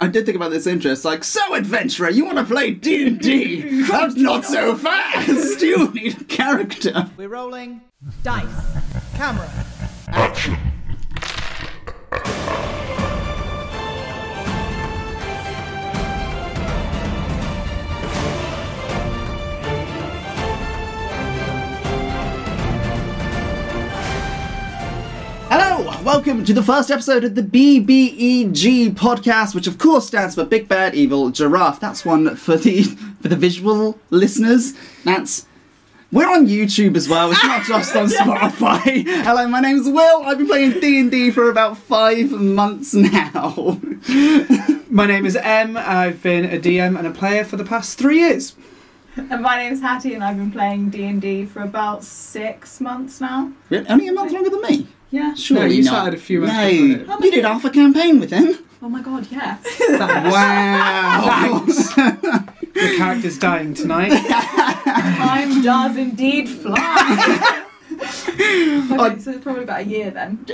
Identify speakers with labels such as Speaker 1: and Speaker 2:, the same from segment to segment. Speaker 1: I did think about this interest. Like, so adventurer, you want to play D and D? That's not so fast. You need a character.
Speaker 2: We're rolling.
Speaker 3: Dice.
Speaker 2: Camera.
Speaker 1: Hello, welcome to the first episode of the BBEG podcast, which of course stands for Big Bad Evil Giraffe. That's one for the for the visual listeners. That's we're on YouTube as well. It's not just on Spotify. Hello, my name's Will. I've been playing D and D for about five months now.
Speaker 4: My name is M. I've been a DM and a player for the past three years.
Speaker 3: And my name's Hattie, and I've been playing D and D for about six months now.
Speaker 1: Really? Only a month longer than me.
Speaker 3: Yeah.
Speaker 1: Surely
Speaker 4: you
Speaker 1: not.
Speaker 4: started a few months
Speaker 1: No,
Speaker 4: before it.
Speaker 1: you did half a campaign with him.
Speaker 3: Oh my god, yeah.
Speaker 4: Wow! the character's dying tonight.
Speaker 3: Time does indeed fly. okay, so it's probably about a year then.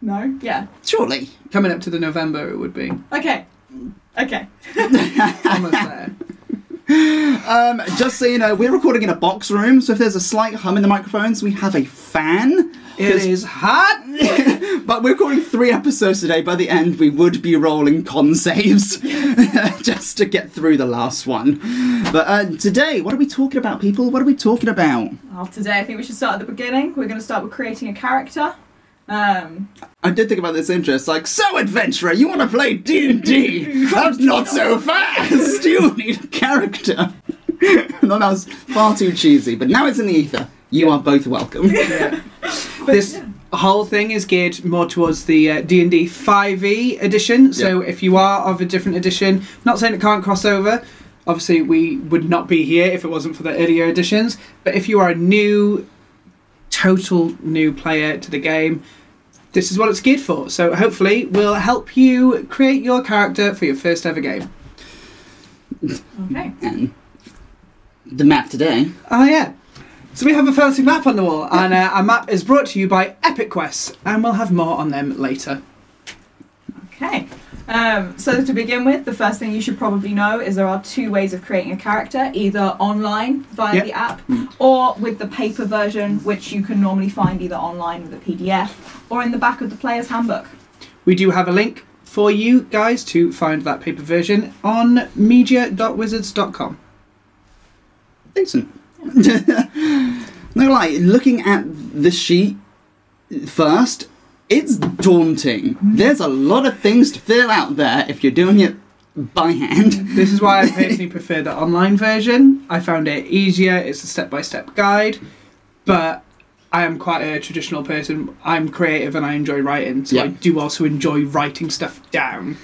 Speaker 3: No. Yeah.
Speaker 1: Surely.
Speaker 4: Coming up to the November, it would be
Speaker 3: Okay. Okay.
Speaker 4: almost there.
Speaker 1: Um, just so you know, we're recording in a box room, so if there's a slight hum in the microphones, we have a fan.
Speaker 4: It is hot.
Speaker 1: But we're recording three episodes today. By the end, we would be rolling con saves just to get through the last one. But uh, today, what are we talking about, people? What are we talking about?
Speaker 3: Well, today I think we should start at the beginning. We're going to start with creating a character. Um,
Speaker 1: I did think about this interest. Like, so adventurer, you want to play D and D? That's not so fast. You need a character. no, that was far too cheesy. But now it's in the ether. You are both welcome.
Speaker 4: This whole thing is geared more towards the uh, D&D 5e E edition. So if you are of a different edition, not saying it can't cross over. Obviously, we would not be here if it wasn't for the earlier editions. But if you are a new, total new player to the game, this is what it's geared for. So hopefully, we'll help you create your character for your first ever game.
Speaker 3: okay.
Speaker 1: and the map today.
Speaker 4: Oh yeah. So we have a fancy map on the wall, and uh, our map is brought to you by Epic Quest, and we'll have more on them later.
Speaker 3: Okay. Um, so to begin with, the first thing you should probably know is there are two ways of creating a character, either online via
Speaker 4: Yep.
Speaker 3: the app or with the paper version, which you can normally find either online with a PDF or in the back of the player's handbook.
Speaker 4: We do have a link for you guys to find that paper version on media.wizards.com.
Speaker 1: Decent. no lie, looking at the sheet first, it's daunting. There's a lot of things to fill out there if you're doing it by hand.
Speaker 4: This is why I personally prefer the online version. I found it easier, it's a step by step guide, but I am quite a traditional person. I'm creative and I enjoy writing, so I
Speaker 1: Yeah.
Speaker 4: do also enjoy writing stuff down.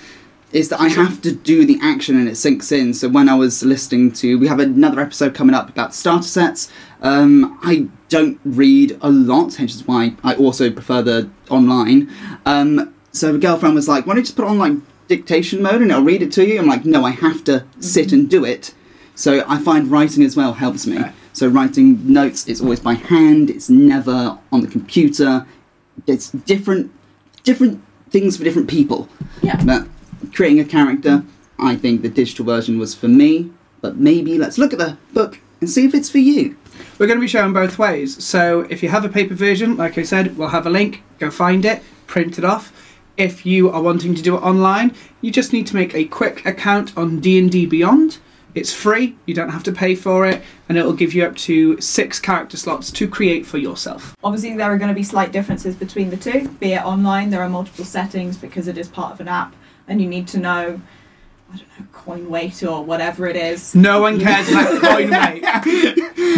Speaker 1: is that I have to do the action and it sinks in. So when I was listening to, we have another episode coming up about starter sets. Um, I don't read a lot, hence is why I also prefer the online. Um, so a girlfriend was like, "Why don't you just put it on like dictation mode and it'll read it to you?" I'm like, "No, I have to sit and do it." So I find writing as well helps me.
Speaker 4: Okay.
Speaker 1: So writing notes, it's always by hand. It's never on the computer. It's different, different things for different people.
Speaker 3: Yeah.
Speaker 1: But creating a character, I think the digital version was for me, but maybe let's look at the book and see if it's for you.
Speaker 4: We're going to be showing both ways. So if you have a paper version, like I said, we'll have a link. Go find it, print it off. If you are wanting to do it online, you just need to make a quick account on D&D Beyond. It's free. You don't have to pay for it, and it'll give you up to six character slots to create for yourself.
Speaker 3: Obviously, there are going to be slight differences between the two. Be it online, there are multiple settings because it is part of an app, and you need to know, I don't know, coin weight or whatever it is.
Speaker 4: No one cares about coin weight.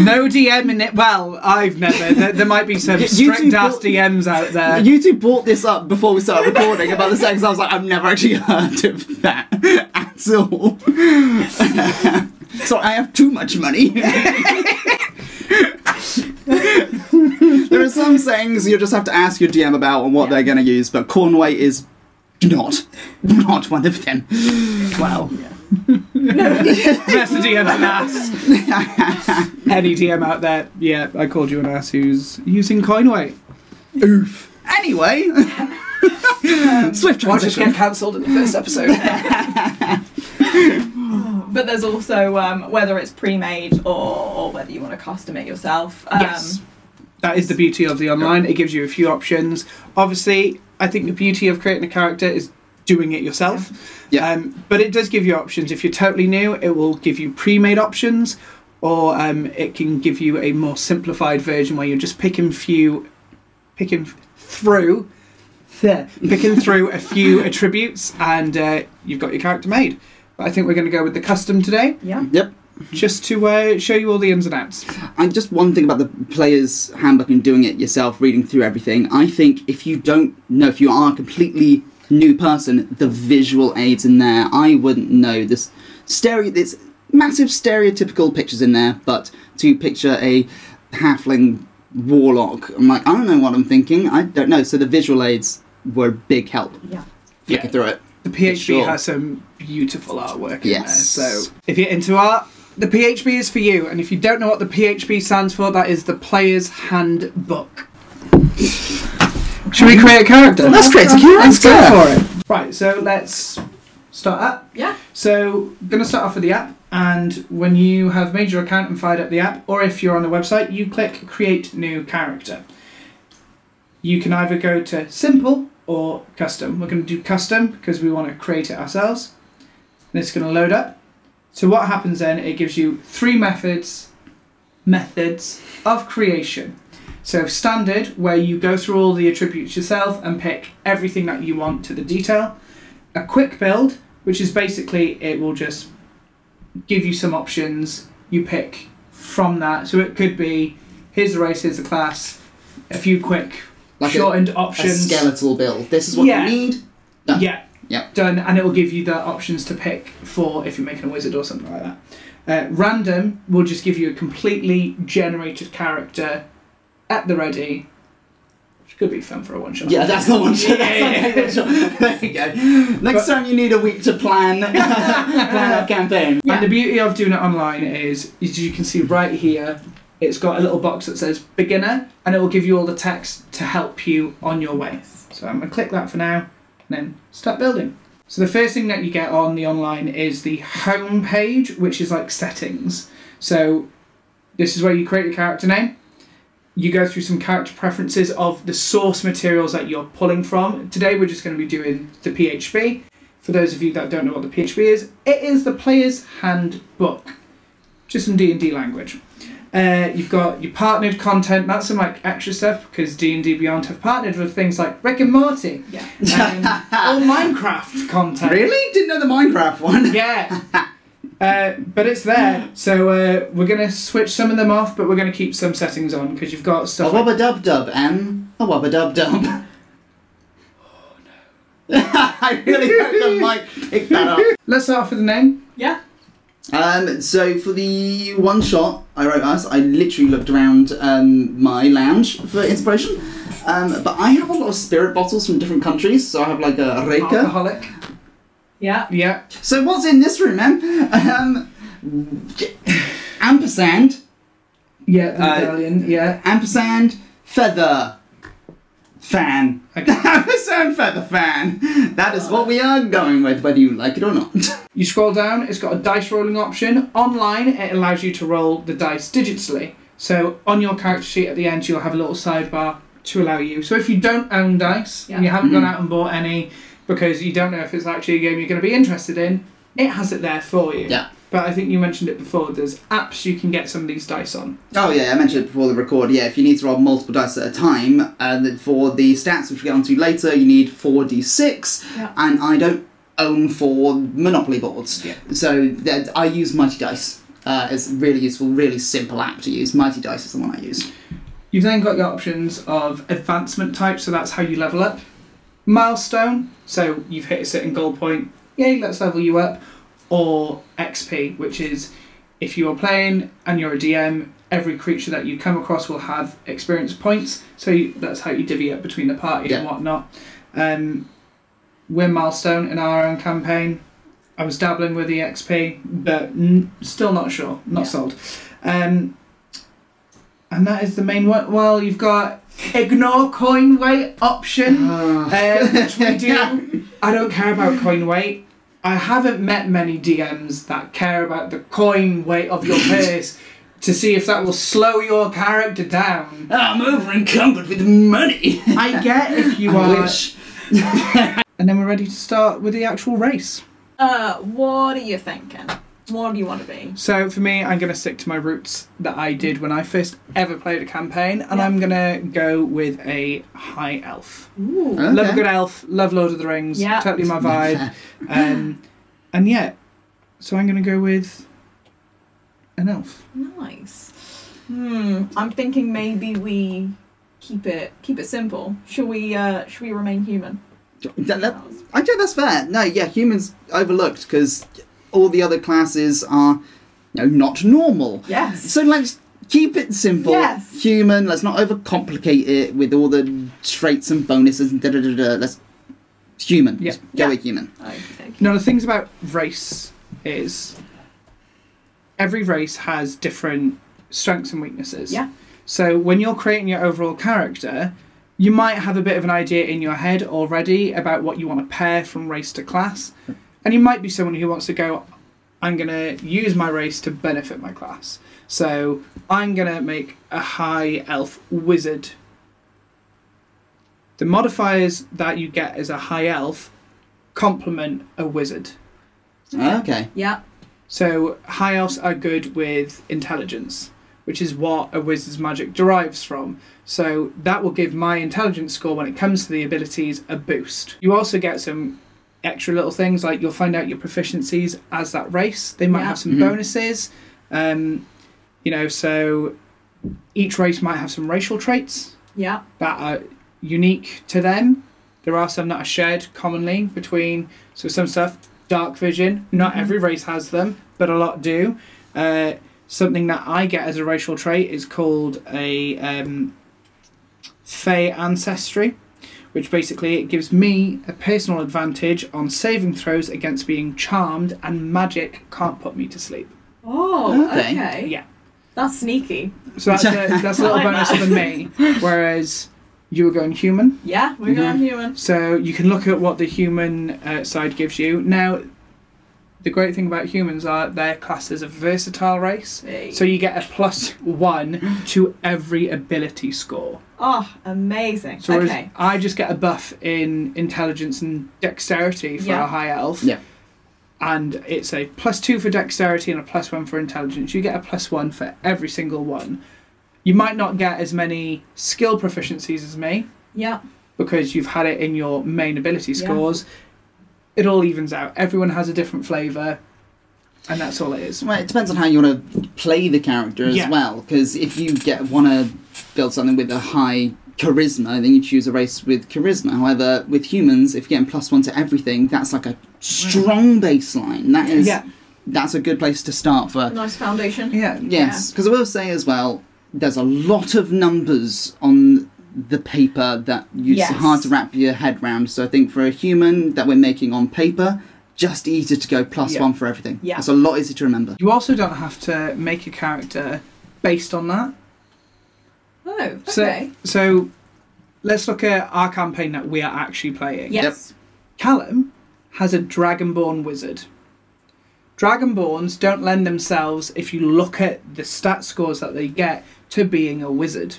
Speaker 4: No DM in it. Well, I've never. There, there might be some
Speaker 1: You- you
Speaker 4: strict
Speaker 1: two
Speaker 4: ass
Speaker 1: bought-
Speaker 4: DMs out there.
Speaker 1: you two brought this up before we started recording about the sex. I was like, I've never actually heard of that at all. so I have too much money. there are some things you just have to ask your DM about and what they're going to use, but Cornway is not not one of them.
Speaker 4: Well, that's the DM an ass. Any DM out there, yeah, I called you an ass who's using coin weight.
Speaker 1: Anyway, Swift
Speaker 4: Or just
Speaker 1: transition.
Speaker 4: get cancelled in the first episode.
Speaker 3: But there's also um, whether it's pre-made or, or whether you want to custom it yourself. Um,
Speaker 4: yes. That is the beauty of the online. It gives you a few options. Obviously, I think the beauty of creating a character is doing it yourself.
Speaker 1: Yeah.
Speaker 4: Um, but it does give you options. If you're totally new, it will give you pre made options, or um, it can give you a more simplified version where you're just picking few, picking through. There. Picking through a few attributes, and uh, you've got your character made. But I think we're going to go with the custom today,
Speaker 3: Yeah.
Speaker 1: Yep.
Speaker 4: just to uh, show you all the ins and outs.
Speaker 1: And just one thing about the player's handbook and doing it yourself, reading through everything. I think if you don't know, if you are a completely new person, the visual aids in there, I wouldn't know this stereo. There's massive stereotypical pictures in there, but to picture a halfling warlock, I'm like, I don't know what I'm thinking. I don't know. So the visual aids were a big help.
Speaker 3: Yeah.
Speaker 1: Flicking
Speaker 4: Yeah.
Speaker 1: through it.
Speaker 4: The PHB
Speaker 1: sure.
Speaker 4: has some beautiful artwork
Speaker 1: Yes.
Speaker 4: in there. So if you're into art, the PHB is for you. And if you don't know what the PHB stands for, that is the Player's Handbook. Should we create a character?
Speaker 1: Let's create a
Speaker 4: Let's go
Speaker 1: character.
Speaker 4: for it. Right, so let's start app.
Speaker 3: Yeah.
Speaker 4: So gonna start off with the app, and when you have made your account and fired up the app, or if you're on the website, you click create new character. You can either go to simple or custom. We're gonna do custom because we want to create it ourselves. And it's gonna load up. So what happens then? It gives you three methods methods of creation. So standard, where you go through all the attributes yourself and pick everything that you want to the detail. A quick build, which is basically it will just give you some options. You pick from that. So it could be here's the race, here's the class, a few quick
Speaker 1: Like a-
Speaker 4: shortened
Speaker 1: A
Speaker 4: options.
Speaker 1: skeletal build. This is what
Speaker 4: Yeah.
Speaker 1: you need. Done.
Speaker 4: Yeah.
Speaker 1: Yeah.
Speaker 4: Done, and it will give you the options to pick for if you're making a wizard or something like that. Uh, random will just give you a completely generated character at the ready, which could be fun for a one shot.
Speaker 1: Yeah, that's the one.
Speaker 4: Yeah, yeah, yeah.
Speaker 1: That's the one. there you go. Next time you need a week to plan, plan a campaign.
Speaker 4: And the beauty of doing it online is, as you can see right here, it's got a little box that says beginner, and it will give you all the text to help you on your way. So I'm going to click that for now, and then start building. So the first thing that you get on the online is the home page, which is like settings. So this is where you create your character name. You go through some character preferences of the source materials that you're pulling from. Today we're just going to be doing the PHP. For those of you that don't know what the PHP is, it is the player's handbook, just in D and D language. Uh, you've got your partnered content. That's some like extra stuff because D and D Beyond have partnered with things like Rick and Morty
Speaker 3: Yeah.
Speaker 4: and or Minecraft content.
Speaker 1: Really? Didn't know the Minecraft one.
Speaker 4: Yeah. Uh, but it's there, so uh, we're gonna switch some of them off, but we're gonna keep some settings on because you've got
Speaker 1: A
Speaker 4: stuff. like-
Speaker 1: wubba dub dub, em. A wubba dub dub. Oh no. I really hope the mic picked that up.
Speaker 4: Let's start off with the name.
Speaker 3: Yeah.
Speaker 1: Um, so for the one shot I wrote us, I literally looked around um, my lounge for inspiration. Um, but I have a lot of spirit bottles from different countries, so I have like a Reika.
Speaker 4: Alcoholic.
Speaker 3: Yeah.
Speaker 4: Yeah.
Speaker 1: So what's in this room, man? Um, j- ampersand,
Speaker 4: Yeah. The
Speaker 1: Uh,
Speaker 4: medallion. yeah.
Speaker 1: ampersand, feather, fan.
Speaker 4: Okay.
Speaker 1: ampersand feather fan. That is what we are going with, whether you like it or not.
Speaker 4: You scroll down. It's got a dice rolling option. Online, it allows you to roll the dice digitally. So on your character sheet at the end, you'll have a little sidebar to allow you. So if you don't own dice and you
Speaker 3: Yeah.
Speaker 4: haven't gone
Speaker 1: Mhm.
Speaker 4: out and bought any because you don't know if it's actually a game you're going to be interested in, it has it there for you.
Speaker 1: Yeah.
Speaker 4: But I think you mentioned it before. There's apps you can get some of these dice on.
Speaker 1: Oh yeah, I mentioned it before the record. Yeah, if you need to roll multiple dice at a time, and then for the stats which we get onto later, you need four d six,
Speaker 3: Yeah.
Speaker 1: and I don't own four Monopoly boards,
Speaker 4: Yeah.
Speaker 1: so that I use Mighty Dice. Uh, it's a really useful, really simple app to use. Mighty Dice is the one I use.
Speaker 4: You've then got your options of advancement type, so that's how you level up. Milestone, so you've hit a certain goal point, yay, let's level you up. Or XP, which is if you are playing and you're a DM, every creature that you come across will have experience points, so you, that's how you divvy up between the party and
Speaker 1: Yeah.
Speaker 4: whatnot. Um, we're milestone in our own campaign. I was dabbling with the XP, but n- still not sure, not
Speaker 3: Yeah.
Speaker 4: sold. Um, and that is the main one. Well, you've got Ignore coin weight option,
Speaker 1: Ah.
Speaker 4: uh, which we do. I don't care about coin weight. I haven't met many DMs that care about the coin weight of your purse to see if that will slow your character down.
Speaker 1: I'm over encumbered with money.
Speaker 4: I get if you
Speaker 1: I
Speaker 4: are.
Speaker 1: wish.
Speaker 4: And then we're ready to start with the actual race.
Speaker 3: Uh, what are you thinking? What do you want to be?
Speaker 4: So for me, I'm going to stick to my roots that I did when I first ever played a campaign, and
Speaker 3: Yeah.
Speaker 4: I'm going to go with a high elf.
Speaker 3: Ooh.
Speaker 1: Huh?
Speaker 4: Love a
Speaker 1: Okay.
Speaker 4: good elf. Love Lord of the Rings.
Speaker 3: Yeah.
Speaker 4: Totally my vibe. um, and yeah, so I'm going to go with an elf.
Speaker 3: Nice. Hmm. I'm thinking maybe we keep it keep it simple. Should we uh should we remain human?
Speaker 1: That- that- I think that's fair. No, yeah, humans overlooked because all the other classes are, you know, not normal.
Speaker 3: Yes.
Speaker 1: So let's keep it simple.
Speaker 3: Yes.
Speaker 1: Human. Let's not overcomplicate it with all the traits and bonuses and da da da da. Let's human.
Speaker 4: Yeah.
Speaker 1: Just go
Speaker 3: Yeah.
Speaker 1: with human.
Speaker 3: Okay.
Speaker 4: Now the things about race is every race has different strengths and weaknesses.
Speaker 3: Yeah.
Speaker 4: So when you're creating your overall character, you might have a bit of an idea in your head already about what you want to pair from race to class. And you might be someone who wants to go, I'm going to use my race to benefit my class. So I'm going to make a high elf wizard. The modifiers that you get as a high elf complement a wizard.
Speaker 1: Okay.
Speaker 3: Yeah.
Speaker 4: So high elves are good with intelligence, which is what a wizard's magic derives from. So that will give my intelligence score when it comes to the abilities a boost. You also get some extra little things like you'll find out your proficiencies as that race. They might
Speaker 3: Yeah.
Speaker 4: have some
Speaker 1: Mhm.
Speaker 4: bonuses. Um, you know, so each race might have some racial traits
Speaker 3: Yeah.
Speaker 4: that are unique to them. There are some that are shared commonly between, so some stuff, dark vision, not
Speaker 3: Mhm.
Speaker 4: every race has them, but a lot do. Uh, something that I get as a racial trait is called a um, Fey ancestry, which basically it gives me a personal advantage on saving throws against being charmed, and magic can't put me to sleep.
Speaker 3: Oh. Okay.
Speaker 1: Okay.
Speaker 4: Yeah.
Speaker 3: That's sneaky.
Speaker 4: So that's a, that's a little
Speaker 3: I like
Speaker 4: bonus
Speaker 3: that.
Speaker 4: for me. Whereas you were going human.
Speaker 3: Yeah. We're going human.
Speaker 4: So you can look at what the human uh, side gives you. Now, the great thing about humans are their class is a versatile race,
Speaker 3: Hey.
Speaker 4: so you get a plus one to every ability score.
Speaker 3: Oh, amazing.
Speaker 4: So whereas
Speaker 3: okay.
Speaker 4: I just get a buff in intelligence and dexterity for
Speaker 3: Yeah.
Speaker 4: a high elf.
Speaker 1: Yeah.
Speaker 4: And it's a plus two for dexterity and a plus one for intelligence. You get a plus one for every single one. You might not get as many skill proficiencies as me,
Speaker 3: Yeah.
Speaker 4: because you've had it in your main ability
Speaker 3: Yeah.
Speaker 4: scores. It all evens out. Everyone has a different flavour, and that's all it is.
Speaker 1: Well, it depends on how you want to play the character as
Speaker 4: Yeah.
Speaker 1: well. Because if you get want to build something with a high charisma, then you choose a race with charisma. However, with humans, if you're getting plus one to everything, that's like a strong baseline. That is,
Speaker 4: Mm. Yeah,
Speaker 1: that's a good place to start for.
Speaker 3: Nice foundation.
Speaker 4: yeah.
Speaker 1: Yes, because I will say as well, there's a lot of numbers on the paper that you- it's
Speaker 3: Yes.
Speaker 1: hard to wrap your head round. So I think for a human that we're making on paper, just easier to go plus
Speaker 4: Yeah.
Speaker 1: one for everything.
Speaker 3: Yeah.
Speaker 1: it's a lot easier to remember.
Speaker 4: You also don't have to make a character based on that.
Speaker 3: Oh. Okay.
Speaker 4: So, so let's look at our campaign that we are actually playing.
Speaker 3: yes.
Speaker 4: Callum has a dragonborn wizard. Dragonborns don't lend themselves, if you look at the stat scores that they get, to being a wizard.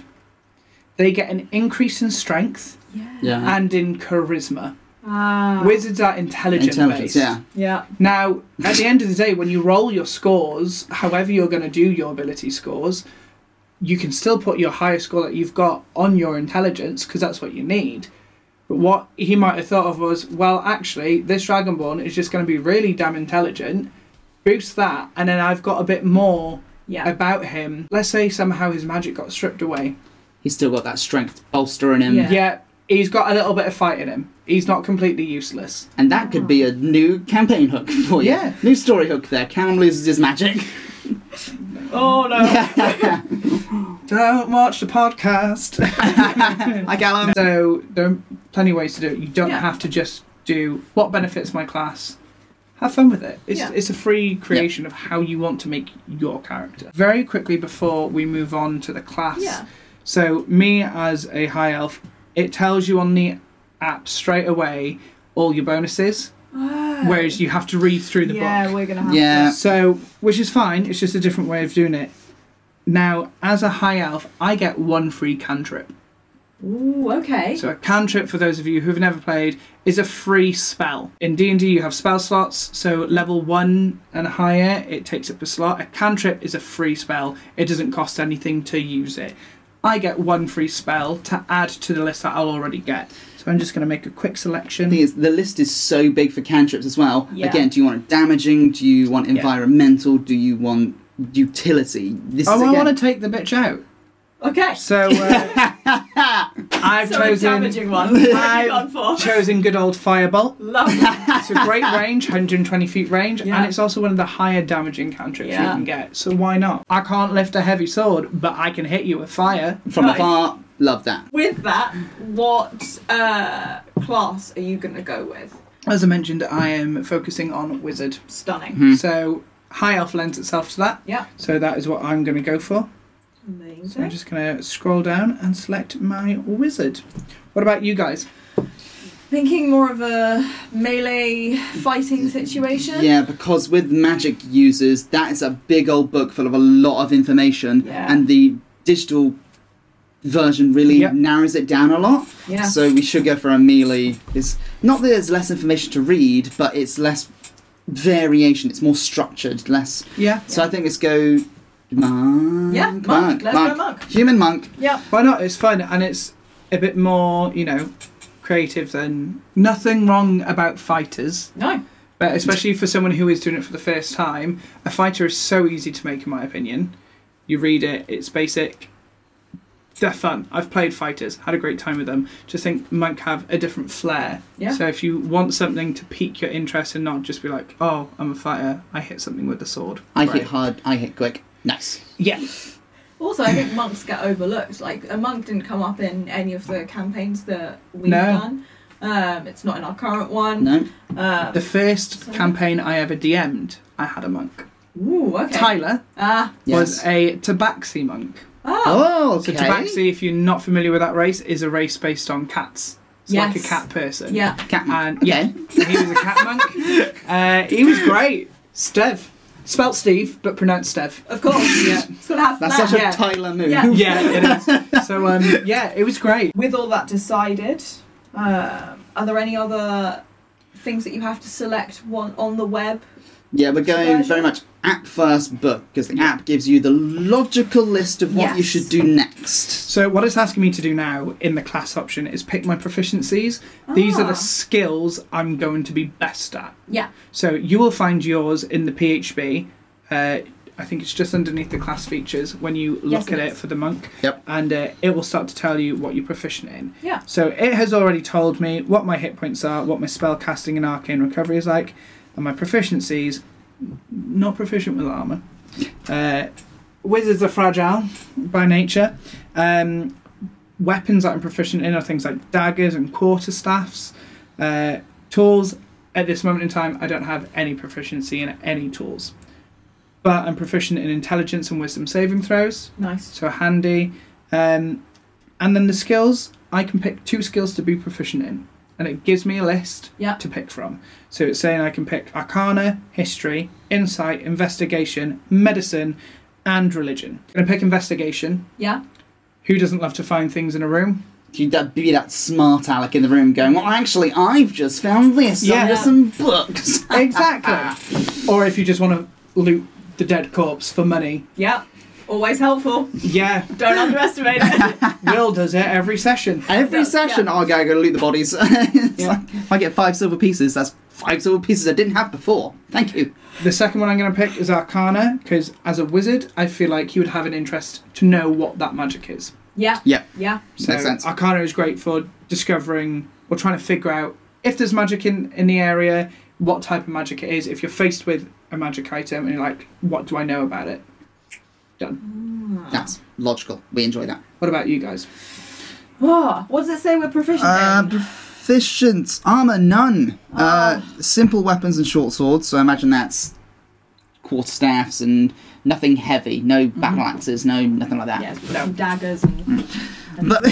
Speaker 4: They get an increase in strength
Speaker 3: Yeah.
Speaker 1: Yeah.
Speaker 4: and in charisma.
Speaker 3: Ah.
Speaker 4: Wizards are intelligent
Speaker 1: Intelligence,
Speaker 4: based.
Speaker 1: yeah.
Speaker 3: Yeah.
Speaker 4: Now, at the end of the day, when you roll your scores, however you're going to do your ability scores, you can still put your highest score that you've got on your intelligence because that's what you need. But what he might have thought of was, well, actually, this Dragonborn is just going to be really damn intelligent. Boost that, and then I've got a bit more
Speaker 3: Yeah.
Speaker 4: about him. Let's say somehow his magic got stripped away.
Speaker 1: He's still got that strength bolster in him.
Speaker 3: Yeah.
Speaker 4: Yeah, he's got a little bit of fight in him. He's not completely useless.
Speaker 1: And that could be a new campaign hook for you.
Speaker 4: Yeah.
Speaker 1: New story hook there. Cam loses his magic.
Speaker 3: Oh no.
Speaker 4: Don't watch the podcast.
Speaker 1: Hi, Callum.
Speaker 4: So there are plenty of ways to do it. You don't
Speaker 3: Um, Yeah.
Speaker 4: have to just do what benefits my class. Have fun with it. It's,
Speaker 3: Yeah.
Speaker 4: it's a free creation of how you want to make your character. Very quickly before we move on to the class.
Speaker 3: Yeah.
Speaker 4: So me as a high elf, it tells you on the app straight away all your bonuses, whereas you have to read through the
Speaker 3: Ah. Oh. yeah,
Speaker 4: book.
Speaker 3: we're gonna have
Speaker 1: Yeah.
Speaker 3: to.
Speaker 4: So, which is fine. It's just a different way of doing it. Now, as a high elf, I get one free cantrip.
Speaker 3: Ooh, okay.
Speaker 4: So a cantrip, for those of you who've never played, is a free spell. In D and D, you have spell slots. So level one and higher, it takes up a slot. A cantrip is a free spell. It doesn't cost anything to use it. I get one free spell to add to the list that I'll already get. So I'm just going to make a quick
Speaker 1: The thing
Speaker 4: selection.
Speaker 1: is, the list is so big for cantrips as well.
Speaker 3: Yeah.
Speaker 1: Again, do you want damaging? Do you want environmental? Do you want utility? This
Speaker 4: Oh,
Speaker 1: is
Speaker 4: I
Speaker 1: again.
Speaker 4: want to take the bitch out.
Speaker 3: okay.
Speaker 4: So uh, I've
Speaker 3: so a
Speaker 4: chosen
Speaker 3: damaging one. What have
Speaker 4: I've
Speaker 3: you gone for?
Speaker 4: chosen good old fireball.
Speaker 3: Lovely.
Speaker 4: It's a great range, 120 feet range,
Speaker 3: Yeah.
Speaker 4: and it's also one of the higher damaging cantrips you
Speaker 3: Yeah.
Speaker 4: can get. So why not? I can't lift a heavy sword, but I can hit you with fire.
Speaker 1: from
Speaker 3: Right.
Speaker 1: afar. Love that.
Speaker 3: With that, what uh, class are you gonna go with?
Speaker 4: As I mentioned, I am focusing on wizard.
Speaker 3: Stunning.
Speaker 1: Hmm.
Speaker 4: So high elf lends itself to that.
Speaker 3: Yeah.
Speaker 4: So that is what I'm going to go for. So I'm
Speaker 3: Amazing.
Speaker 4: just going to scroll down and select my wizard. What about you guys?
Speaker 3: Thinking more of a melee fighting situation.
Speaker 1: Yeah, because with magic users, that is a big old book full of a lot of information,
Speaker 3: Yeah.
Speaker 1: and the digital version really
Speaker 4: Yep.
Speaker 1: narrows it down a lot.
Speaker 3: Yeah.
Speaker 1: So we should go for a melee. It's not that there's less information to read, but it's less variation. It's more structured, less.
Speaker 4: Yeah.
Speaker 1: So I think let's go monk.
Speaker 3: Yeah, monk. Let's go monk.
Speaker 1: Human monk.
Speaker 3: Yep.
Speaker 4: Why not? It's fun and it's a bit more, you know, creative than nothing wrong about fighters.
Speaker 3: No.
Speaker 4: But especially for someone who is doing it for the first time, a fighter is so easy to make, in my opinion. You read it, it's basic. They're fun. I've played fighters, had a great time with them. Just think monk have a different flair.
Speaker 3: Yeah.
Speaker 4: So if you want something to pique your interest and not just be like, oh, I'm a fighter, I hit something with a sword.
Speaker 1: I
Speaker 4: Right.
Speaker 1: hit hard. I hit quick. Nice.
Speaker 4: Yeah.
Speaker 3: Also, I think monks get overlooked. Like a monk didn't come up in any of the campaigns that we've
Speaker 4: No.
Speaker 3: done. Um, it's not in our current one.
Speaker 1: No.
Speaker 3: Um,
Speaker 4: The first
Speaker 3: So-
Speaker 4: campaign I ever DM'd, I had a monk.
Speaker 3: ooh, okay.
Speaker 4: Tyler
Speaker 3: Ah,
Speaker 1: Yes.
Speaker 4: was a Tabaxi monk.
Speaker 3: ah,
Speaker 1: Oh, okay.
Speaker 4: So Tabaxi, if you're not familiar with that race, is a race based on cats. It's like a
Speaker 3: Yes.
Speaker 4: cat person.
Speaker 3: Uh, yeah.
Speaker 1: Cat monk.
Speaker 4: And yeah,
Speaker 1: Okay.
Speaker 4: he was a cat monk. Uh, he was great. Stev. Spelt Steve, but pronounced Stev.
Speaker 3: Of course, yeah. It's gonna have
Speaker 1: That's
Speaker 3: that.
Speaker 1: such a
Speaker 4: yeah.
Speaker 1: Tyler move.
Speaker 3: Yeah.
Speaker 4: Yeah, it is. So, um, yeah, it was great.
Speaker 3: With all that decided, um, are there any other things that you have to select one on the web?
Speaker 1: Yeah, we're going
Speaker 3: Version?
Speaker 1: very much app first book because the app gives you the logical list of what you
Speaker 3: Yes.
Speaker 1: should do next.
Speaker 4: So, what it's asking me to do now in the class option is pick my proficiencies. These are
Speaker 3: Ah.
Speaker 4: the skills I'm going to be best at.
Speaker 3: Yeah.
Speaker 4: So, you will find yours in the PHB. Uh, I think it's just underneath the class features when you
Speaker 3: Yes,
Speaker 4: look
Speaker 3: it
Speaker 4: at it
Speaker 3: is.
Speaker 4: for the monk.
Speaker 1: Yep.
Speaker 4: And uh, it will start to tell you what you're proficient in.
Speaker 3: Yeah.
Speaker 4: So it has already told me what my hit points are, what my spell casting and arcane recovery is like, and my proficiencies. Not proficient with armor. Uh, wizards are fragile by nature. Um, weapons that I'm proficient in are things like daggers and quarter staffs. Uh, tools. At this moment in time, I don't have any proficiency in any tools, but I'm proficient in intelligence and wisdom saving throws
Speaker 3: Nice.
Speaker 4: so handy. Um, and then the skills, I can pick two skills to be proficient in, and it gives me a list
Speaker 3: Yeah.
Speaker 4: to pick from. So it's saying I can pick Arcana, History, Insight, Investigation, Medicine, and Religion. I'm gonna pick Investigation.
Speaker 3: Yeah.
Speaker 4: Who doesn't love to find things in a room?
Speaker 1: You'd that- be that smart Alec in the room going, well, actually, I've just found this
Speaker 4: Yeah.
Speaker 1: under some books.
Speaker 4: Exactly. or if you just want to loot the dead corpse for money.
Speaker 3: Yeah. Always helpful.
Speaker 4: Yeah,
Speaker 3: Don't underestimate it.
Speaker 4: Will does it every session.
Speaker 1: Every
Speaker 3: Yeah,
Speaker 1: session,
Speaker 3: yeah.
Speaker 1: oh, I gotta go loot the bodies. It's
Speaker 4: Yeah.
Speaker 1: like, if I get five silver pieces, that's five silver pieces I didn't have before. Thank you.
Speaker 4: The second one I'm going to pick is Arcana, because as a wizard, I feel like you would have an interest to know what that magic is.
Speaker 3: yeah.
Speaker 1: Yeah.
Speaker 3: Yeah.
Speaker 4: So
Speaker 1: Makes sense.
Speaker 4: Arcana is great for discovering or trying to figure out if there's magic in, in the area, what type of magic it is. If you're faced with a magic item and you're like, what do I know about it? Done.
Speaker 1: That's logical. We enjoy that.
Speaker 4: What about you guys?
Speaker 3: Ah, what does it say we're proficient
Speaker 1: Uh,
Speaker 3: in?
Speaker 1: proficient armor none. Uh, simple weapons and short swords. So I imagine that's quarterstaffs and nothing heavy, no battle axes, no nothing like that.
Speaker 3: Yes, with some daggers and
Speaker 1: But,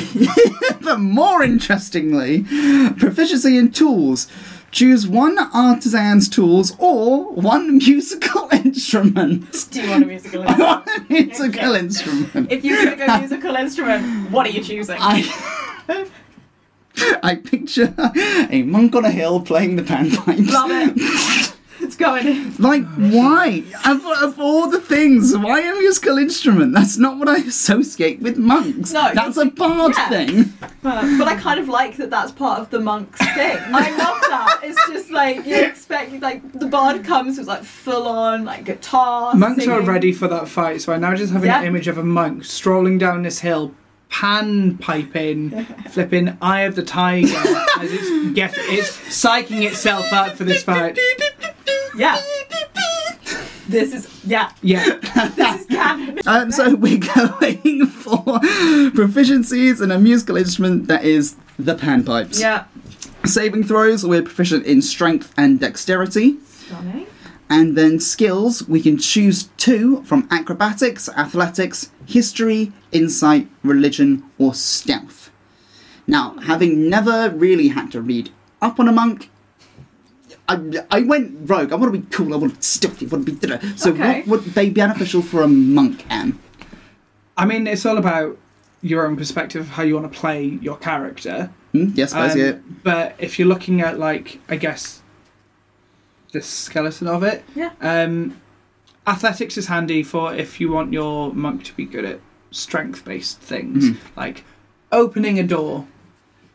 Speaker 1: but more interestingly, proficiency in tools. Choose one artisan's tools or one musical instrument.
Speaker 3: do you want a musical
Speaker 1: One
Speaker 3: instrument?
Speaker 1: musical instrument.
Speaker 3: if you're going to go musical instrument, what are you choosing?
Speaker 1: I, I picture a monk on a hill playing the panpipes.
Speaker 3: Love it. It's going in.
Speaker 1: Like, why? Of, of all the things, why a musical instrument? That's not what I associate with monks.
Speaker 3: No,
Speaker 1: That's a bard
Speaker 3: yeah.
Speaker 1: thing.
Speaker 3: Uh, but I kind of like that that's part of the monk's thing. I love that. It's just like you expect, like the bard comes with like full on like guitar.
Speaker 4: Monks are
Speaker 3: singing.
Speaker 4: ready for that fight, so I now just have an
Speaker 3: Yeah.
Speaker 4: image of a monk strolling down this hill, pan piping, flipping Eye of the Tiger as it's get it's psyching itself up for this fight.
Speaker 3: Yeah. This is yeah.
Speaker 4: Yeah,
Speaker 3: This is canon.
Speaker 1: Um, so we're going for proficiencies in a musical instrument that is the panpipes.
Speaker 3: Yeah.
Speaker 1: Saving throws, we're proficient in strength and dexterity.
Speaker 3: Stunning.
Speaker 1: And then skills, we can choose two from acrobatics, athletics, history, insight, religion, or stealth. Now, having never really had to read up on a monk, I, I went rogue. I want to be cool. I want to be stealthy. I want to be. da-da. So,
Speaker 3: Okay.
Speaker 1: what would they be beneficial for a monk, Anne?
Speaker 4: I mean it's all about your own perspective of how you want to play your character.
Speaker 1: Hmm? Yes, I suppose,
Speaker 4: Um,
Speaker 1: yeah.
Speaker 4: But if you're looking at like I guess the skeleton of it,
Speaker 3: Yeah.
Speaker 4: Um, athletics is handy for if you want your monk to be good at strength-based things
Speaker 1: Mm-hmm.
Speaker 4: like opening a door.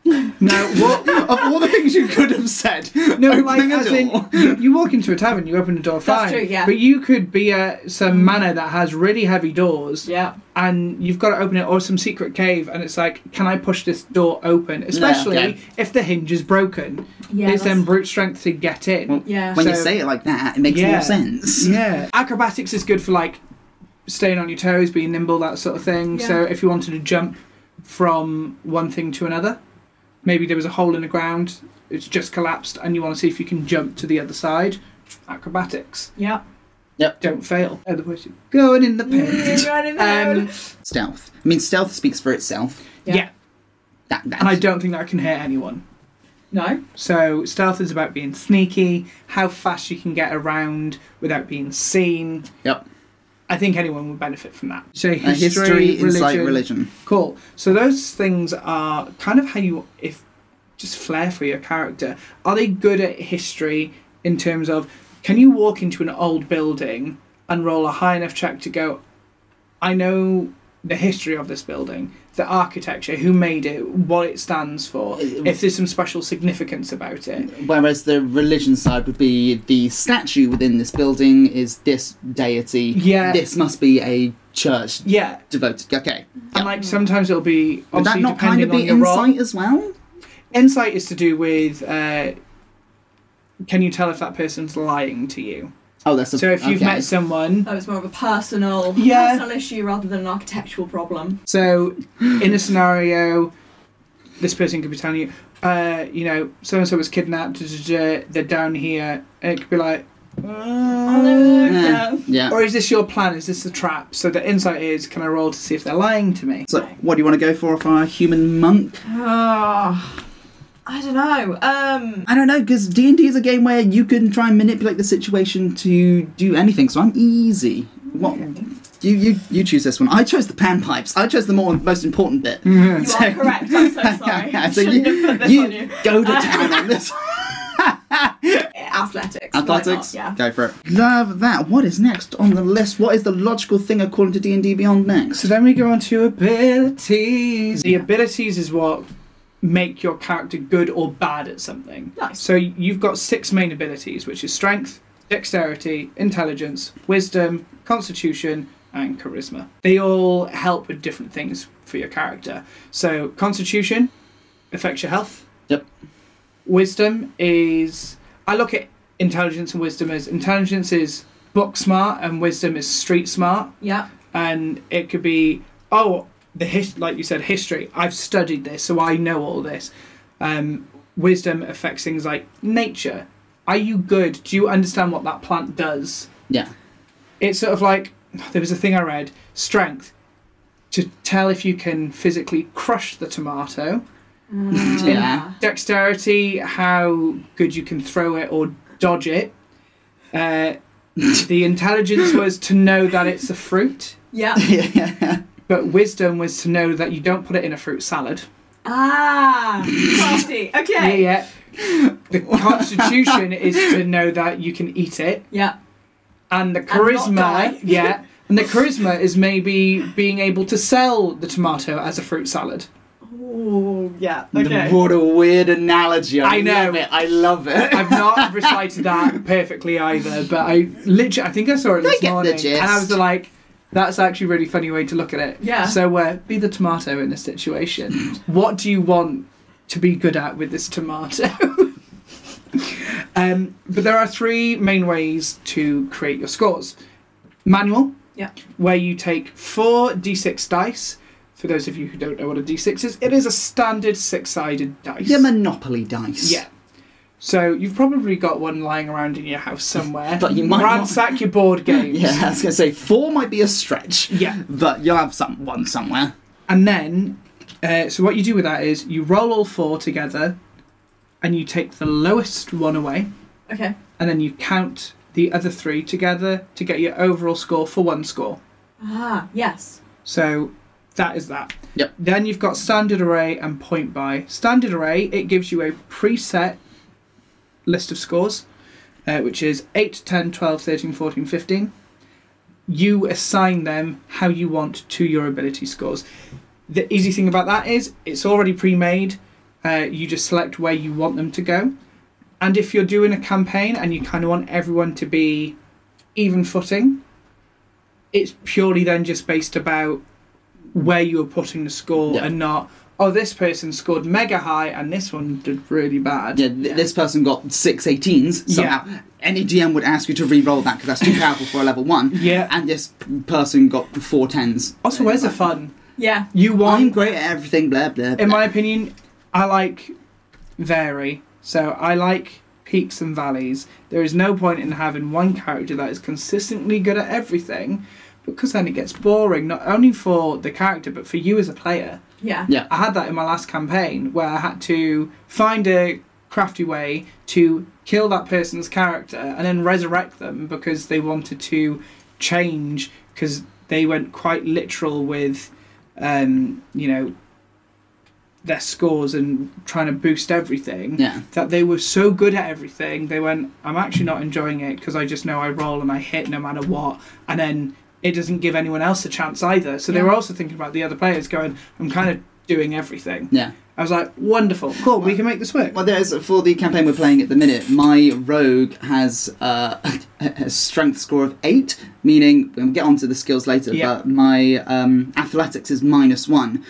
Speaker 4: now what?
Speaker 1: of all the things you could have said,
Speaker 4: No,
Speaker 1: opening
Speaker 4: like
Speaker 1: a
Speaker 4: as in,
Speaker 1: door.
Speaker 4: you, you walk into a tavern, you open the door, fine.
Speaker 3: That's true, yeah. Mm.
Speaker 4: But you could be at some manor that has really heavy doors,
Speaker 3: Yeah.
Speaker 4: and you've got to open it, or some secret cave, and it's like, can I push this door open? Especially
Speaker 1: okay.
Speaker 4: if the hinge is broken.
Speaker 3: Yeah.
Speaker 4: it's then
Speaker 3: that's-
Speaker 4: brute strength to get in.
Speaker 1: Well,
Speaker 3: yeah.
Speaker 1: When you
Speaker 4: So-
Speaker 1: say it like that, it makes
Speaker 4: Yeah.
Speaker 1: more sense.
Speaker 4: Yeah. Acrobatics is good for like staying on your toes, being nimble, that sort of thing.
Speaker 3: Yeah.
Speaker 4: So if you wanted to jump from one thing to another, maybe there was a hole in the ground, it's just collapsed, and you want to see if you can jump to the other side. Acrobatics.
Speaker 3: yeah.
Speaker 4: Don't fail. Otherwise, you're going in the pit. Um,
Speaker 1: Stealth. I mean, stealth speaks for itself.
Speaker 4: yeah.
Speaker 3: Yeah.
Speaker 1: That, that's,
Speaker 4: and I don't think that can hurt anyone.
Speaker 3: no.
Speaker 4: So stealth is about being sneaky, how fast you can get around without being seen.
Speaker 1: Yep.
Speaker 4: I think anyone would benefit from that. So
Speaker 1: Uh, history, insight, religion.
Speaker 4: Cool. So those things are kind of how you if just flair for your character. Are they good at history in terms of can you walk into an old building and roll a high enough check to go I know the history of this building, the architecture, who made it, what it stands for, if there's some special significance about it.
Speaker 1: Whereas the religion side would be the statue within this building is this deity.
Speaker 4: Yeah.
Speaker 1: This must be a church
Speaker 4: Yeah.
Speaker 1: devoted. Okay.
Speaker 4: And like sometimes it'll be
Speaker 1: Would that
Speaker 4: obviously
Speaker 1: not kind
Speaker 4: depending
Speaker 1: of be
Speaker 4: on your role.
Speaker 1: insight as well?
Speaker 4: Insight is to do with uh, can you tell if that person's lying to you?
Speaker 1: Oh, that's a,
Speaker 4: So if you've
Speaker 1: okay.
Speaker 4: met someone,
Speaker 3: That was more of a personal,
Speaker 4: Yeah.
Speaker 3: personal issue rather than an architectural problem.
Speaker 4: so in a scenario, this person could be telling you, uh, you know, so and so was kidnapped. duh, duh, duh, They're down here. And it could be like,
Speaker 3: no.
Speaker 4: uh,
Speaker 1: yeah.
Speaker 3: Yeah.
Speaker 1: yeah.
Speaker 4: or is this your plan? Is this a trap? So the insight is, can I roll to see if they're lying to me?
Speaker 1: So what do you want to go for for a human monk?
Speaker 3: Oh, I don't know. Um,
Speaker 1: I don't know because D and D is a game where you can try and manipulate the situation to do anything. So I'm easy. What you you you choose this one? I chose the panpipes. I chose the more most important
Speaker 4: Hmm.
Speaker 1: bit.
Speaker 3: you are correct. I'm so sorry. I
Speaker 1: so
Speaker 3: shouldn't
Speaker 1: you,
Speaker 3: have put this
Speaker 1: you
Speaker 3: on you.
Speaker 1: go to town on this.
Speaker 3: Athletics. why not?
Speaker 1: Athletics.
Speaker 3: Yeah.
Speaker 1: Go for it. Love that. What is next on the list? What is the logical thing according to D and D Beyond next?
Speaker 4: So then we go on to abilities. The abilities is what make your character good or bad at something.
Speaker 3: Nice.
Speaker 4: So you've got six main abilities, which is strength, dexterity, intelligence, wisdom, constitution, and charisma. They all help with different things for your character. So constitution affects your health.
Speaker 1: Yep.
Speaker 4: Wisdom is I look at intelligence and wisdom as intelligence is book smart and wisdom is street smart
Speaker 3: Yeah.
Speaker 4: and it could be oh the his- like you said history i've studied this so i know all this um, wisdom affects things like nature are you good do you understand what that plant does
Speaker 1: Yeah.
Speaker 4: it's sort of like there was a thing I read strength to tell if you can physically crush the tomato,
Speaker 3: Mm.
Speaker 1: Yeah.
Speaker 4: dexterity how good you can throw it or dodge it. Uh, the intelligence was to know that it's a fruit,
Speaker 3: Yeah.
Speaker 1: yeah.
Speaker 4: but wisdom was to know that you don't put it in a fruit salad.
Speaker 3: Ah, crafty. Okay.
Speaker 4: Yeah, yeah. The constitution is to know that you can eat it,
Speaker 3: Yeah.
Speaker 4: and the
Speaker 3: not
Speaker 4: charisma,
Speaker 3: die.
Speaker 4: yeah, and the charisma is maybe being able to sell the tomato as a fruit salad.
Speaker 3: Ooh, yeah. Okay.
Speaker 1: What a weird analogy. I,
Speaker 4: I know.
Speaker 1: love it. I love it.
Speaker 4: I've not recited that perfectly either, but I legit, I think I saw it this
Speaker 1: get the
Speaker 4: morning,
Speaker 1: gist.
Speaker 4: and I was like, "That's actually a really funny way to look at it."
Speaker 3: Yeah.
Speaker 4: So, uh, be the tomato in this situation. what do you want to be good at with this tomato? um, but there are three main ways to create your scores: manual,
Speaker 3: Yeah.
Speaker 4: where you take four d6 dice. For those of you who don't know what a d6 is, it is a standard six-sided dice.
Speaker 1: The Monopoly dice.
Speaker 4: Yeah. So you've probably got one lying around in your house somewhere.
Speaker 1: But you might not.
Speaker 4: ransack your board games.
Speaker 1: Yeah, I was going to say, four might be a stretch,
Speaker 4: Yeah.
Speaker 1: but you'll have some one somewhere.
Speaker 4: And then, uh, so what you do with that is you roll all four together, and you take the lowest one away,
Speaker 3: Okay.
Speaker 4: and then you count the other three together to get your overall score for one score.
Speaker 3: Ah, yes.
Speaker 4: So that is that.
Speaker 1: Yep.
Speaker 4: Then you've got standard array and point by. Standard array, it gives you a preset list of scores, uh, which is 8, 10, 12, 13, 14, 15. You assign them how you want to your ability scores. The easy thing about that is it's already pre made, uh, you just select where you want them to go. And if you're doing a campaign and you kind of want everyone to be even footing, it's purely then just based about where you were putting the score
Speaker 1: Yeah.
Speaker 4: and not oh this person scored mega high and this one did really bad
Speaker 1: Yeah, th- This person got six 18s somehow. Any DM would ask you to re roll that because that's too powerful for a level one.
Speaker 4: Yeah.
Speaker 1: And this p- person got four 10s.
Speaker 4: also where's the fun
Speaker 3: Yeah.
Speaker 4: you
Speaker 1: I'm
Speaker 4: want
Speaker 1: great at everything, blah, blah, blah.
Speaker 4: in my opinion i like vary so i like peaks and valleys there is no point in having one character that is consistently good at everything because then it gets boring not only for the character but for you as a player
Speaker 3: Yeah.
Speaker 1: Yeah.
Speaker 4: I had that in my last campaign where I had to find a crafty way to kill that person's character and then resurrect them because they wanted to change because they went quite literal with, um, you know, their scores and trying to boost everything.
Speaker 1: Yeah.
Speaker 4: That they were so good at everything, they went, I'm actually not enjoying it because I just know I roll and I hit no matter what. And then it doesn't give anyone else a chance either. So they
Speaker 3: Yeah.
Speaker 4: were also thinking about the other players going, I'm kind of doing everything.
Speaker 1: Yeah.
Speaker 4: I was like, wonderful, cool, we can make this work.
Speaker 1: Well, there's for the campaign we're playing at the minute. My rogue has uh, a strength score of eight, meaning we'll get onto the skills later.
Speaker 4: Yeah.
Speaker 1: But my um, athletics is minus one.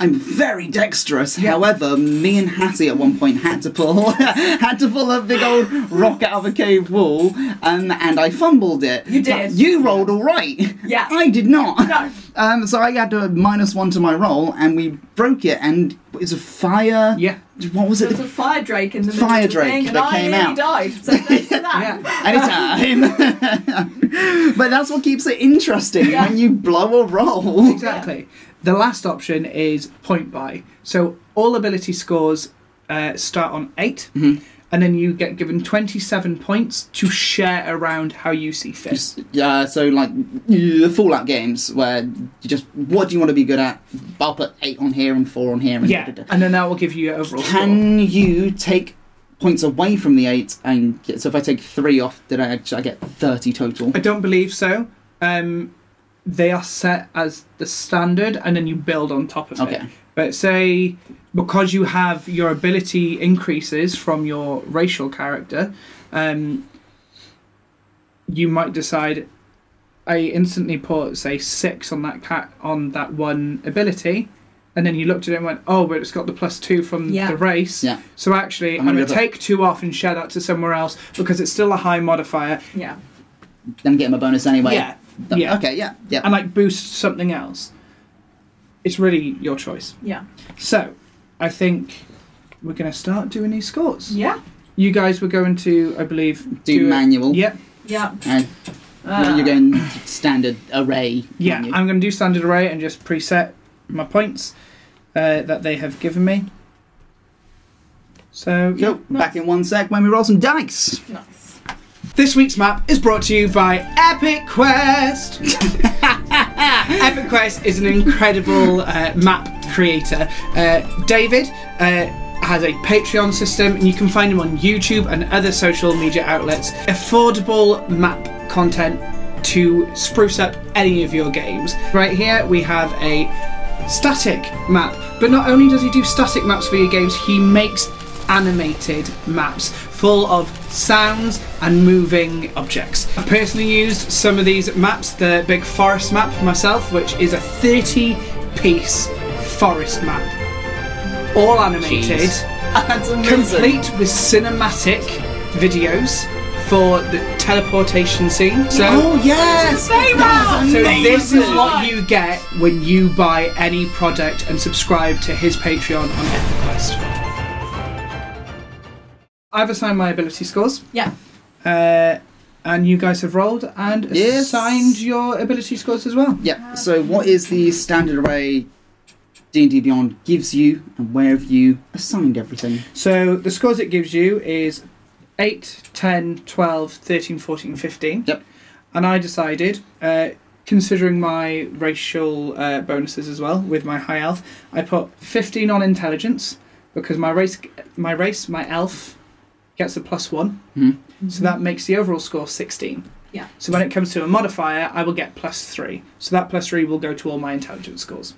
Speaker 1: I'm very dexterous.
Speaker 4: Yeah.
Speaker 1: However, me and Hattie at one point had to pull had to pull a big old rock out of a cave wall, um, and I fumbled it.
Speaker 3: You
Speaker 1: But
Speaker 3: did.
Speaker 1: you rolled all right.
Speaker 3: Yeah.
Speaker 1: I did not.
Speaker 3: No.
Speaker 1: Um, so I had a minus one to my roll, and we broke it. And it's a fire.
Speaker 4: Yeah.
Speaker 1: What was
Speaker 3: There
Speaker 1: it?
Speaker 3: was a fire drake in the middle
Speaker 1: Fire
Speaker 3: of the
Speaker 1: drake
Speaker 3: thing, and
Speaker 1: that
Speaker 3: I
Speaker 1: came
Speaker 3: nearly
Speaker 1: out.
Speaker 3: died. So thanks for that.
Speaker 1: Anytime. but that's what keeps it interesting
Speaker 3: Yeah.
Speaker 1: when you blow a roll.
Speaker 4: Exactly. The last option is point buy. So all ability scores uh, start on 8 and then you get given 27 points to share around how you see fit.
Speaker 1: Yeah, Uh, so like the Fallout games where you just what do you want to be good at? I'll put eight on here and four on here. And
Speaker 4: Yeah, and then that will give you your overall score.
Speaker 1: Can you take points away from the eight and get, so if I take three off, did I actually I get thirty total?
Speaker 4: I don't believe so. Um, they are set as the standard, and then you build on top of it.
Speaker 1: Okay.
Speaker 4: But say because you have your ability increases from your racial character, um, you might decide. I instantly put say six on that cat on that one ability, and then you looked at it and went, "Oh, but it's got the plus two from
Speaker 3: Yeah.
Speaker 4: the race."
Speaker 1: Yeah.
Speaker 4: So actually,
Speaker 1: I'm
Speaker 4: I'm,
Speaker 1: gonna
Speaker 4: going
Speaker 1: go
Speaker 4: to
Speaker 1: back.
Speaker 4: take two off and share that to somewhere else because it's still a high modifier.
Speaker 3: Yeah.
Speaker 1: Then get my bonus anyway.
Speaker 4: Yeah.
Speaker 1: No,
Speaker 4: yeah.
Speaker 1: Okay. Yeah. Yeah.
Speaker 4: and like boost something else. It's really your choice.
Speaker 3: Yeah.
Speaker 4: So, I think we're going to start doing these scores.
Speaker 3: Yeah.
Speaker 4: You guys were going to, I believe,
Speaker 1: do
Speaker 4: a-
Speaker 1: manual.
Speaker 4: Yep.
Speaker 3: Yeah. Uh,
Speaker 1: And Well, you're going standard array.
Speaker 4: Ah. Yeah,
Speaker 1: aren't you?
Speaker 4: I'm going to do standard array and just preset my points uh, that they have given me. So, yeah,
Speaker 1: Cool. Back in one sec when we roll some dice.
Speaker 3: Nice.
Speaker 4: this week's map is brought to you by Epic Quest. Epic Quest is an incredible uh, map creator. Uh, David uh, has a Patreon system, and you can find him on YouTube and other social media outlets. Affordable map content to spruce up any of your games. Right here, we have a static map, but not only does he do static maps for your games, he makes animated maps full of sounds and moving objects. I personally used some of these maps, the big forest map myself, which is a 30 piece forest map. All animated,
Speaker 1: Jeez. That's amazing.
Speaker 4: complete with cinematic videos for the teleportation scene. So
Speaker 1: Oh yes. That's
Speaker 4: so
Speaker 1: amazing.
Speaker 4: this is what you get when you buy any product and subscribe to his Patreon on EpiQuest. I've assigned my ability scores,
Speaker 3: Yeah.
Speaker 4: uh, and you guys have rolled and
Speaker 1: Yes.
Speaker 4: assigned your ability scores as well.
Speaker 1: Yeah. So what is the standard array D&D Beyond gives you, and where have you assigned everything?
Speaker 4: So the scores it gives you is 8, 10, 12, 13, 14, 15.
Speaker 1: Yep.
Speaker 4: And I decided, uh, considering my racial uh, bonuses as well with my high elf, I put 15 on intelligence because my race, my race, my elf gets a plus one.
Speaker 1: Hmm.
Speaker 4: So that makes the overall score 16.
Speaker 3: Yeah.
Speaker 4: So when it comes to a modifier, I will get plus three. So that plus three will go to all my intelligence scores.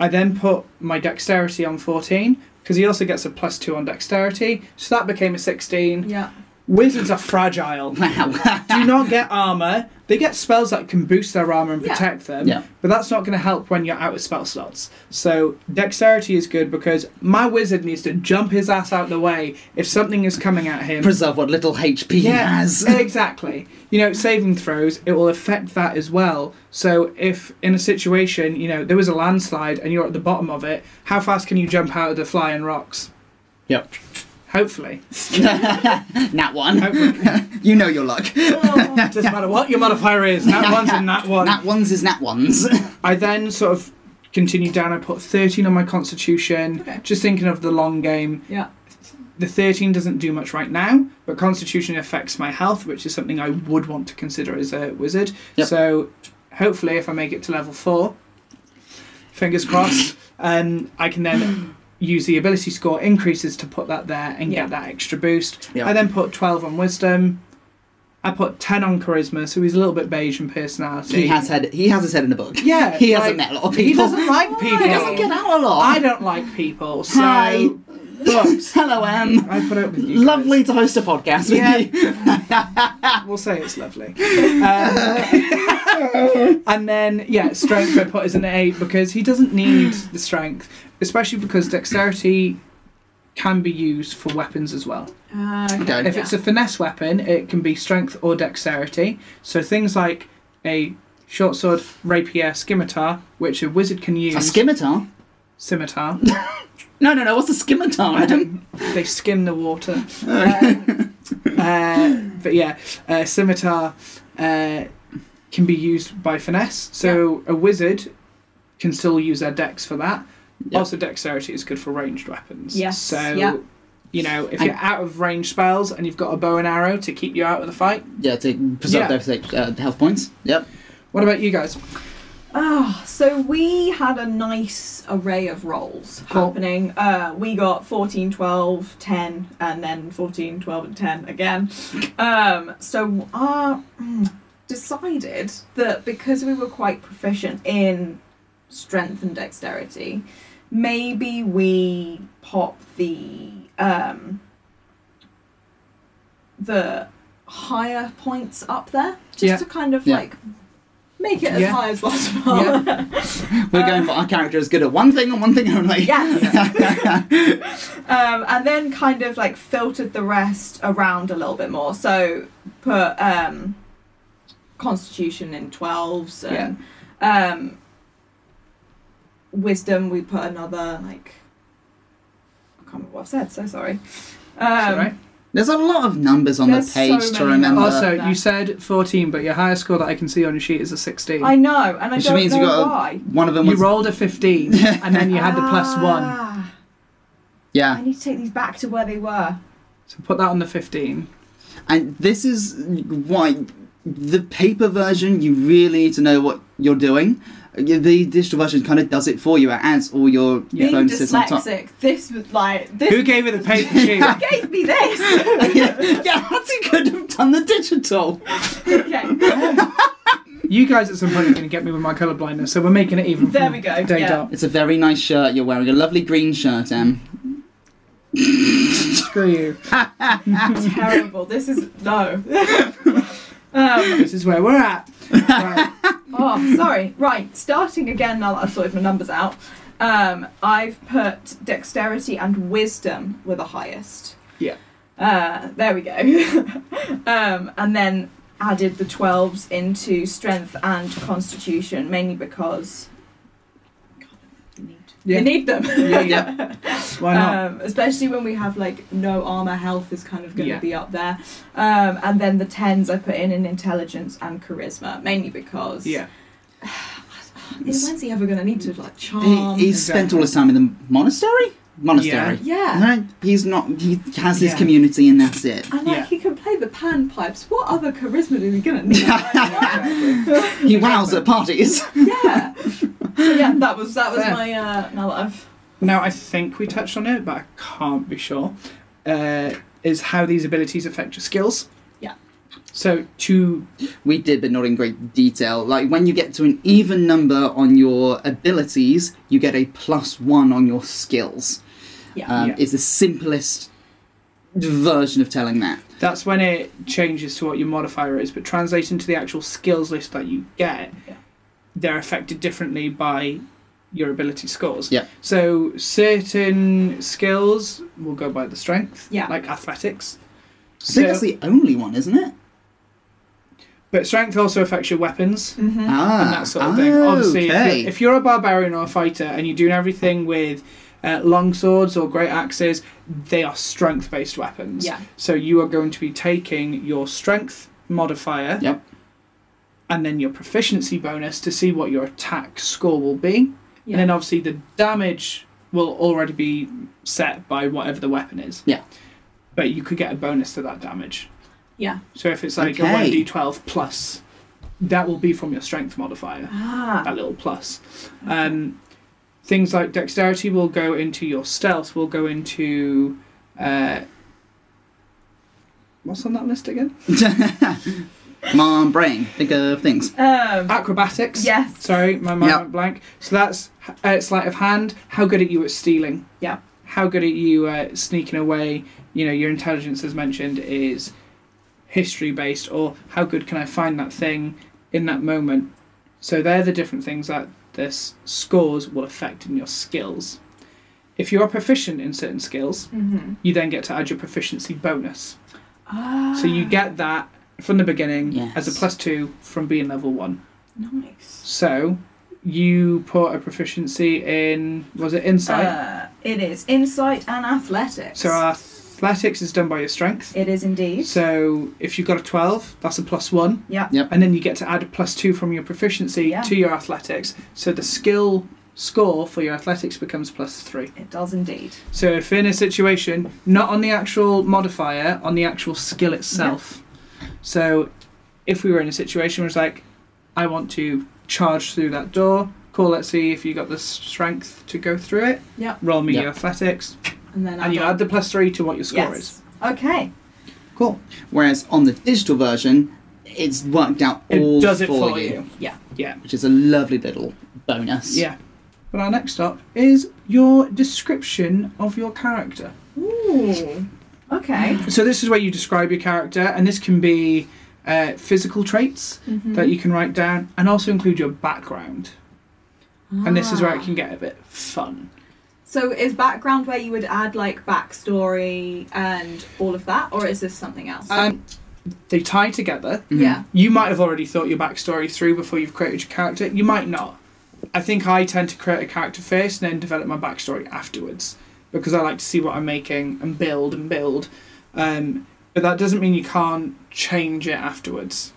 Speaker 4: I then put my dexterity on 14 because he also gets a plus two on dexterity. So that became a 16.
Speaker 3: Yeah.
Speaker 4: Wizards are fragile.
Speaker 1: Wow.
Speaker 4: Do not get armor. They get spells that can boost their armor and
Speaker 3: Yeah.
Speaker 4: protect them,
Speaker 1: Yeah.
Speaker 4: but that's not going to help when you're out of spell slots. So dexterity is good because my wizard needs to jump his ass out the way if something is coming at him.
Speaker 1: Preserve what little HP he has.
Speaker 4: exactly. You know, saving throws, it will affect that as well. So if in a situation, you know, there was a landslide and you're at the bottom of it, how fast can you jump out of the flying rocks?
Speaker 1: Yep.
Speaker 4: Hopefully.
Speaker 1: Nat one.
Speaker 4: Hopefully.
Speaker 1: You know your luck.
Speaker 4: Doesn't matter what your modifier is, that one's in that one.
Speaker 1: Nat ones is nat ones.
Speaker 4: I then sort of continued down. I put 13 on my constitution,
Speaker 3: Okay.
Speaker 4: just thinking of the long game.
Speaker 3: Yeah.
Speaker 4: The 13 doesn't do much right now, but constitution affects my health, which is something I would want to consider as a wizard.
Speaker 1: Yep.
Speaker 4: So hopefully, if I make it to level 4, fingers crossed, um, I can then use the ability score increases to put that there and
Speaker 3: Yeah.
Speaker 4: get that extra boost.
Speaker 1: Yeah.
Speaker 4: I then put 12 on wisdom. I put 10 on charisma, so he's a little bit beige in personality.
Speaker 1: He has had he has his head in a book.
Speaker 4: Yeah,
Speaker 1: He
Speaker 4: like,
Speaker 1: hasn't met a lot of people.
Speaker 4: He doesn't like people.
Speaker 1: He doesn't get out a lot.
Speaker 4: I don't like people. So,
Speaker 1: Hi.
Speaker 4: Books.
Speaker 1: Hello, Em.
Speaker 4: I put up with you. guys.
Speaker 1: Lovely to host a podcast with
Speaker 4: Yeah.
Speaker 1: you.
Speaker 4: We'll say it's lovely. Um, and then, yeah, strength I put as an eight because he doesn't need the strength, especially because dexterity can be used for weapons as well.
Speaker 3: Uh,
Speaker 1: Okay.
Speaker 4: If it's a finesse weapon, it can be strength or dexterity. So things like a short sword, rapier, scimitar, which a wizard can use.
Speaker 1: A scimitar?
Speaker 4: scimitar.
Speaker 1: No, no, no. What's a scimitar, Adam?
Speaker 4: they skim the water. Um, uh, but yeah, uh, scimitar uh, can be used by finesse. So a wizard can still use their dex for that.
Speaker 1: Yeah.
Speaker 4: Also, dexterity is good for ranged weapons.
Speaker 3: Yes,
Speaker 4: So
Speaker 3: yeah.
Speaker 4: you know, if
Speaker 1: And-
Speaker 4: you're out of range spells and you've got a bow and arrow to keep you out of the fight.
Speaker 1: Yeah, to preserve
Speaker 4: Yeah.
Speaker 1: those uh, health points. Yep.
Speaker 4: What about you guys?
Speaker 3: Ah, so we had a nice array of roles
Speaker 4: Cool.
Speaker 3: happening. Uh, we got 14, 12, 10, and then 14, 12, and 10 again. Um, so I decided that because we were quite proficient in strength and dexterity, maybe we pop the um, the higher points up there just
Speaker 4: Yeah.
Speaker 3: to kind of
Speaker 1: Yeah.
Speaker 3: like make it as
Speaker 4: Yeah.
Speaker 3: high as possible.
Speaker 4: Yeah.
Speaker 1: We're going for our character is good at one thing and one thing only.
Speaker 3: yes. um, and then kind of like filtered the rest around a little bit more. So put um, Constitution in 12s and um, Wisdom, we put another like. I can't remember what I've said, so sorry. Um,
Speaker 4: It's all right.
Speaker 1: There's a lot of numbers on
Speaker 3: There's
Speaker 1: the
Speaker 3: so
Speaker 1: page to
Speaker 3: many
Speaker 1: remember.
Speaker 3: numbers.
Speaker 4: Also,
Speaker 3: that.
Speaker 4: you said 14, but your highest score that I can see on your sheet is a 16.
Speaker 3: I know, and I
Speaker 1: which
Speaker 3: don't
Speaker 1: means
Speaker 3: know
Speaker 1: you got a-
Speaker 3: why.
Speaker 1: one of them
Speaker 4: you
Speaker 1: was
Speaker 4: rolled a 15, and then you had the plus one.
Speaker 3: Ah,
Speaker 1: yeah,
Speaker 3: I need to take these back to where they were.
Speaker 4: So put that on the 15.
Speaker 1: and this is why the paper version you really need to know what you're doing. The digital version kind of does it for you. It adds all your
Speaker 3: Being
Speaker 1: bonuses on top.
Speaker 3: dyslexic, this was like this.
Speaker 4: Who gave you the paper sheet?
Speaker 3: gave me this?
Speaker 1: yeah, yeah, Nancy could have done the digital.
Speaker 3: okay,
Speaker 4: you guys at some point are going to get me with my colour blindness, so we're making it even.
Speaker 3: There
Speaker 4: from
Speaker 3: we go,
Speaker 4: Day
Speaker 3: yeah.
Speaker 4: dot.
Speaker 1: It's a very nice shirt you're wearing. A lovely green shirt, Em.
Speaker 4: Screw you.
Speaker 3: terrible. This is no. um,
Speaker 4: This is where we're at. Right.
Speaker 3: oh, sorry. Right, starting again now that I've sorted my numbers out. Um, I've put dexterity and wisdom were the highest.
Speaker 4: Yeah.
Speaker 3: Uh, there we go. um, and then added the twelves into strength and constitution, mainly because God, I need-
Speaker 4: Yeah.
Speaker 3: I need them.
Speaker 4: Yeah, yeah. Why not?
Speaker 3: Um, especially when we have like no armor, health is kind of going to
Speaker 4: Yeah.
Speaker 3: be up there. Um, and then the tens I put in in intelligence and charisma, mainly because
Speaker 4: yeah.
Speaker 3: is when's he ever going to need to like
Speaker 1: He,
Speaker 3: charm?
Speaker 4: Um,
Speaker 1: he's spent all his time in the monastery. Monastery.
Speaker 3: yeah.
Speaker 1: Right? He's not. He has his
Speaker 4: Yeah.
Speaker 1: community, and that's it.
Speaker 3: And like
Speaker 4: Yeah.
Speaker 3: he can play the panpipes. What other charisma is he gonna need?
Speaker 1: He wows at parties.
Speaker 3: yeah. So yeah, that was that was
Speaker 4: Fair.
Speaker 3: my uh now that I've
Speaker 4: Now, I think we touched on it, but I can't be sure. Uh, is how these abilities affect your skills.
Speaker 3: Yeah.
Speaker 4: So to
Speaker 1: We did, but not in great detail. Like when you get to an even number on your abilities, you get a plus one on your skills.
Speaker 3: yeah.
Speaker 1: Um,
Speaker 4: Yeah.
Speaker 1: It's the simplest version of telling that.
Speaker 4: that's when it changes to what your modifier is, but translating to the actual skills list that you get,
Speaker 3: Yeah.
Speaker 4: they're affected differently by your ability scores.
Speaker 1: Yeah.
Speaker 4: So certain skills will go by the strength.
Speaker 3: Yeah.
Speaker 4: Like athletics.
Speaker 1: I think
Speaker 4: So,
Speaker 1: that's the only one, isn't it?
Speaker 4: but strength also affects your weapons.
Speaker 3: Mhm.
Speaker 1: Ah,
Speaker 4: Mm-hmm. and that sort of thing. Obviously, if
Speaker 1: okay.
Speaker 4: you're, if you're a barbarian or a fighter and you're doing everything with uh, long swords or great axes, they are strength based weapons.
Speaker 3: Yeah.
Speaker 4: So you are going to be taking your strength modifier
Speaker 1: Yep.
Speaker 4: and then your proficiency bonus to see what your attack score will be.
Speaker 3: Yeah.
Speaker 4: And then obviously the damage will already be set by whatever the weapon is.
Speaker 1: Yeah.
Speaker 4: But you could get a bonus to that damage.
Speaker 3: yeah.
Speaker 4: So if it's like
Speaker 1: Okay.
Speaker 4: a 1d12 plus, that will be from your strength modifier
Speaker 3: Ah.
Speaker 4: that little plus. Um, things like dexterity will go into your stealth, will go into. Uh, what's on that list again?
Speaker 1: Come on, brain, think of things.
Speaker 3: Um
Speaker 4: Acrobatics.
Speaker 3: yes.
Speaker 4: Sorry, my mind
Speaker 1: Yep.
Speaker 4: went blank. So that's uh, sleight of hand. How good are you at stealing?
Speaker 3: Yeah.
Speaker 4: How good are you uh, sneaking away? You know, your intelligence, as mentioned, is history based, or how good can I find that thing in that moment? So they're the different things that this scores will affect in your skills. If you are proficient in certain skills,
Speaker 3: Mm-hmm.
Speaker 4: you then get to add your proficiency bonus.
Speaker 3: Ah.
Speaker 4: So you get that from the beginning as a
Speaker 1: Yes.
Speaker 4: plus two from being level one.
Speaker 3: nice.
Speaker 4: So you put a proficiency in was it insight?
Speaker 3: Uh, it is insight and athletics.
Speaker 4: so athletics is done by your strength.
Speaker 3: It is indeed.
Speaker 4: So if you've got a twelve, that's a plus one.
Speaker 3: Yeah.
Speaker 1: Yep.
Speaker 4: And then you get to add a plus two from your proficiency
Speaker 3: Yeah.
Speaker 4: to your athletics. So the skill score for your athletics becomes plus three.
Speaker 3: It does indeed.
Speaker 4: So if in a situation, not on the actual modifier, on the actual skill itself. So if we were in a situation where it's like, I want to charge through that door, cool, let's see if you got the strength to go through it.
Speaker 3: Yeah.
Speaker 4: Roll me
Speaker 1: Yeah.
Speaker 4: your athletics.
Speaker 3: And then
Speaker 4: And you
Speaker 3: add on-
Speaker 4: add the plus three to what your score is.
Speaker 3: yes. Okay.
Speaker 4: Cool.
Speaker 1: Whereas on the digital version, it's worked out
Speaker 4: It
Speaker 1: all
Speaker 4: does it
Speaker 1: for, you,
Speaker 3: Yeah.
Speaker 1: which is a lovely little bonus.
Speaker 4: Yeah. But our next up is your description of your character.
Speaker 3: Ooh. Okay.
Speaker 4: So this is where you describe your character, and this can be uh, physical traits. that you can write down and also include your background. And this is where it
Speaker 3: Ah.
Speaker 4: can get a bit fun.
Speaker 3: So is background where you would add like backstory and all of that, or is this something else?
Speaker 4: Um, they tie together.
Speaker 1: Mhm.
Speaker 3: yeah.
Speaker 4: You might have already thought your backstory through before you've created your character. You might not. I think I tend to create a character first and then develop my backstory afterwards because I like to see what I'm making and build and build. Um, but that doesn't mean you can't change it afterwards.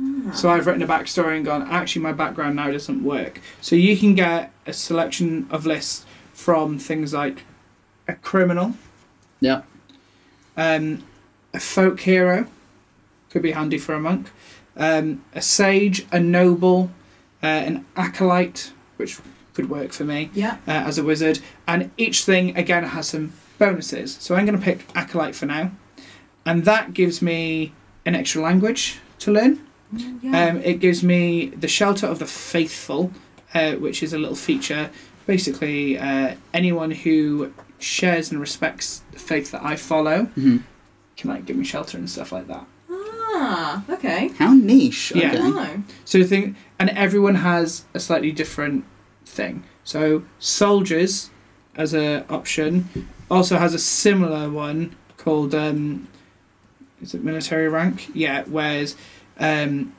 Speaker 3: Ah.
Speaker 4: So I've written a backstory and gone, actually, my background now doesn't work. So you can get a selection of lists from things like a criminal,
Speaker 1: Yeah.
Speaker 4: um, a folk hero, could be handy for a monk, um, a sage, a noble, uh, an acolyte, which could work for me
Speaker 3: Yeah.
Speaker 4: uh, as a wizard, and each thing again has some bonuses. So I'm going to pick acolyte for now, and that gives me an extra language to learn.
Speaker 3: Yeah.
Speaker 4: Um, it gives me the shelter of the faithful, uh, which is a little feature. Basically, uh, anyone who shares and respects the faith that I follow
Speaker 1: hmm
Speaker 4: can like give me shelter and stuff like that.
Speaker 3: ah, okay. Oh.
Speaker 1: How niche.
Speaker 4: Yeah.
Speaker 1: Okay.
Speaker 3: No.
Speaker 4: So the thing, and everyone has a slightly different thing. So soldiers, as a option, also has a similar one called um, is it military rank? Yeah, whereas um,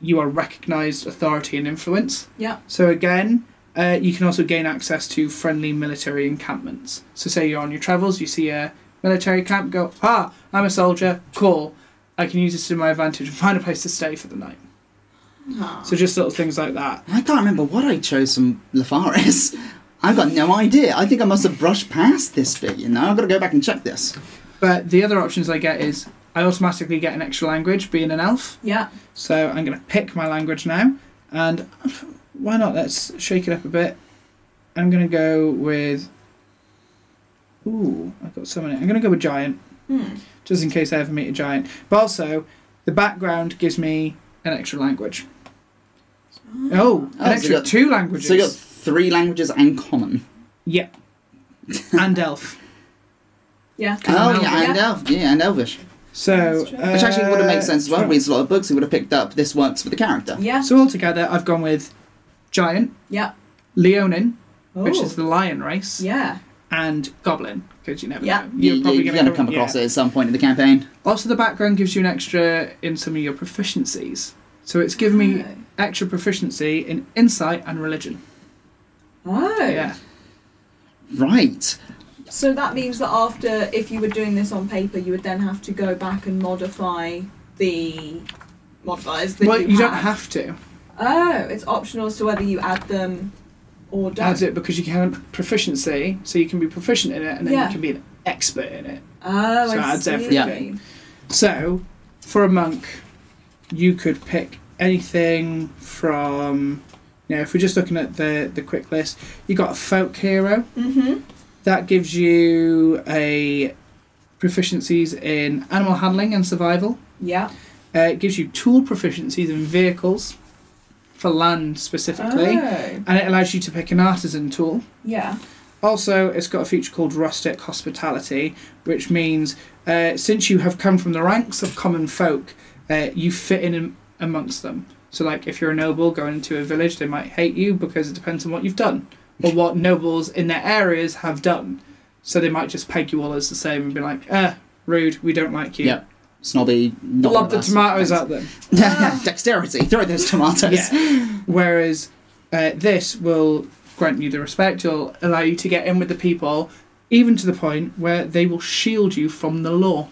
Speaker 4: you are recognised authority and influence.
Speaker 3: Yeah.
Speaker 4: So again. Uh, you can also gain access to friendly military encampments. So, say you're on your travels, you see a military camp, go, ah, I'm a soldier, cool. I can use this to my advantage and find a place to stay for the night.
Speaker 3: Ah.
Speaker 4: So just little things like that.
Speaker 1: I can't remember what I chose from Lafaris. I've got no idea. I think I must have brushed past this bit, you know? I've got to go back and check this.
Speaker 4: But the other options I get is I automatically get an extra language being an elf.
Speaker 3: yeah.
Speaker 4: So I'm going to pick my language now. And why not? Let's shake it up a bit. I'm going to go with. Ooh, I've got so many. I'm going to go with giant,
Speaker 3: Hmm.
Speaker 4: just in case I ever meet a giant. But also, the background gives me an extra language.
Speaker 1: Oh,
Speaker 4: Oh, an
Speaker 1: so you
Speaker 4: extra
Speaker 1: got-
Speaker 4: two languages.
Speaker 1: So you got three languages and common.
Speaker 4: Yeah. and elf.
Speaker 3: Yeah.
Speaker 4: Cause I'm
Speaker 1: Oh, yeah,
Speaker 3: Elvish.
Speaker 1: and Elf. Yeah, and Elvish.
Speaker 4: So,
Speaker 3: That's true.
Speaker 1: Which actually would have
Speaker 4: uh,
Speaker 1: made sense as well.
Speaker 4: sure.
Speaker 1: Reads a lot of books, he would have picked up this works for the character.
Speaker 3: Yeah.
Speaker 4: So altogether, I've gone with giant,
Speaker 3: Yeah.
Speaker 4: leonin, which
Speaker 3: Oh.
Speaker 4: is the lion race,
Speaker 3: Yeah.
Speaker 4: and goblin, because you never
Speaker 3: Yeah.
Speaker 4: know.
Speaker 1: You, you, you're going to come across it at some point in the campaign.
Speaker 4: Also, the background gives you an extra in some of your proficiencies. So it's given me
Speaker 3: Oh.
Speaker 4: extra proficiency in insight and religion.
Speaker 3: Oh.
Speaker 4: Yeah.
Speaker 1: Right.
Speaker 3: So that means that after, if you were doing this on paper, you would then have to go back and modify the modifiers that
Speaker 4: well,
Speaker 3: you,
Speaker 4: you, don't have to
Speaker 3: Oh, it's optional as to whether you add them or don't.
Speaker 4: add it because you can have proficiency, so you can be proficient in it, and then
Speaker 3: Yeah.
Speaker 4: you can be an expert in it.
Speaker 3: Oh,
Speaker 4: So
Speaker 3: I
Speaker 4: it adds
Speaker 3: see.
Speaker 4: everything. So, for a monk, you could pick anything from. You know, if we're just looking at the the quick list, you got a folk hero
Speaker 3: Mm-hmm.
Speaker 4: that gives you a proficiencies in animal handling and survival.
Speaker 3: Yeah.
Speaker 4: Uh, it gives you tool proficiencies in vehicles for land specifically,
Speaker 3: Oh.
Speaker 4: and it allows you to pick an artisan tool.
Speaker 3: Yeah.
Speaker 4: Also, it's got a feature called rustic hospitality, which means uh, since you have come from the ranks of common folk, uh, you fit in am- amongst them. So, like, if you're a noble going into a village, they might hate you because it depends on what you've done or what nobles in their areas have done. So they might just peg you all as the same and be like, "Ah, rude. We don't like you."
Speaker 1: Yep. Snobby. Not
Speaker 4: Lob the
Speaker 1: us.
Speaker 4: tomatoes
Speaker 1: Thanks.
Speaker 4: at them.
Speaker 1: Dexterity. Throw those tomatoes.
Speaker 4: Yeah. Whereas uh, this will grant you the respect, it'll allow you to get in with the people, even to the point where they will shield you from the law.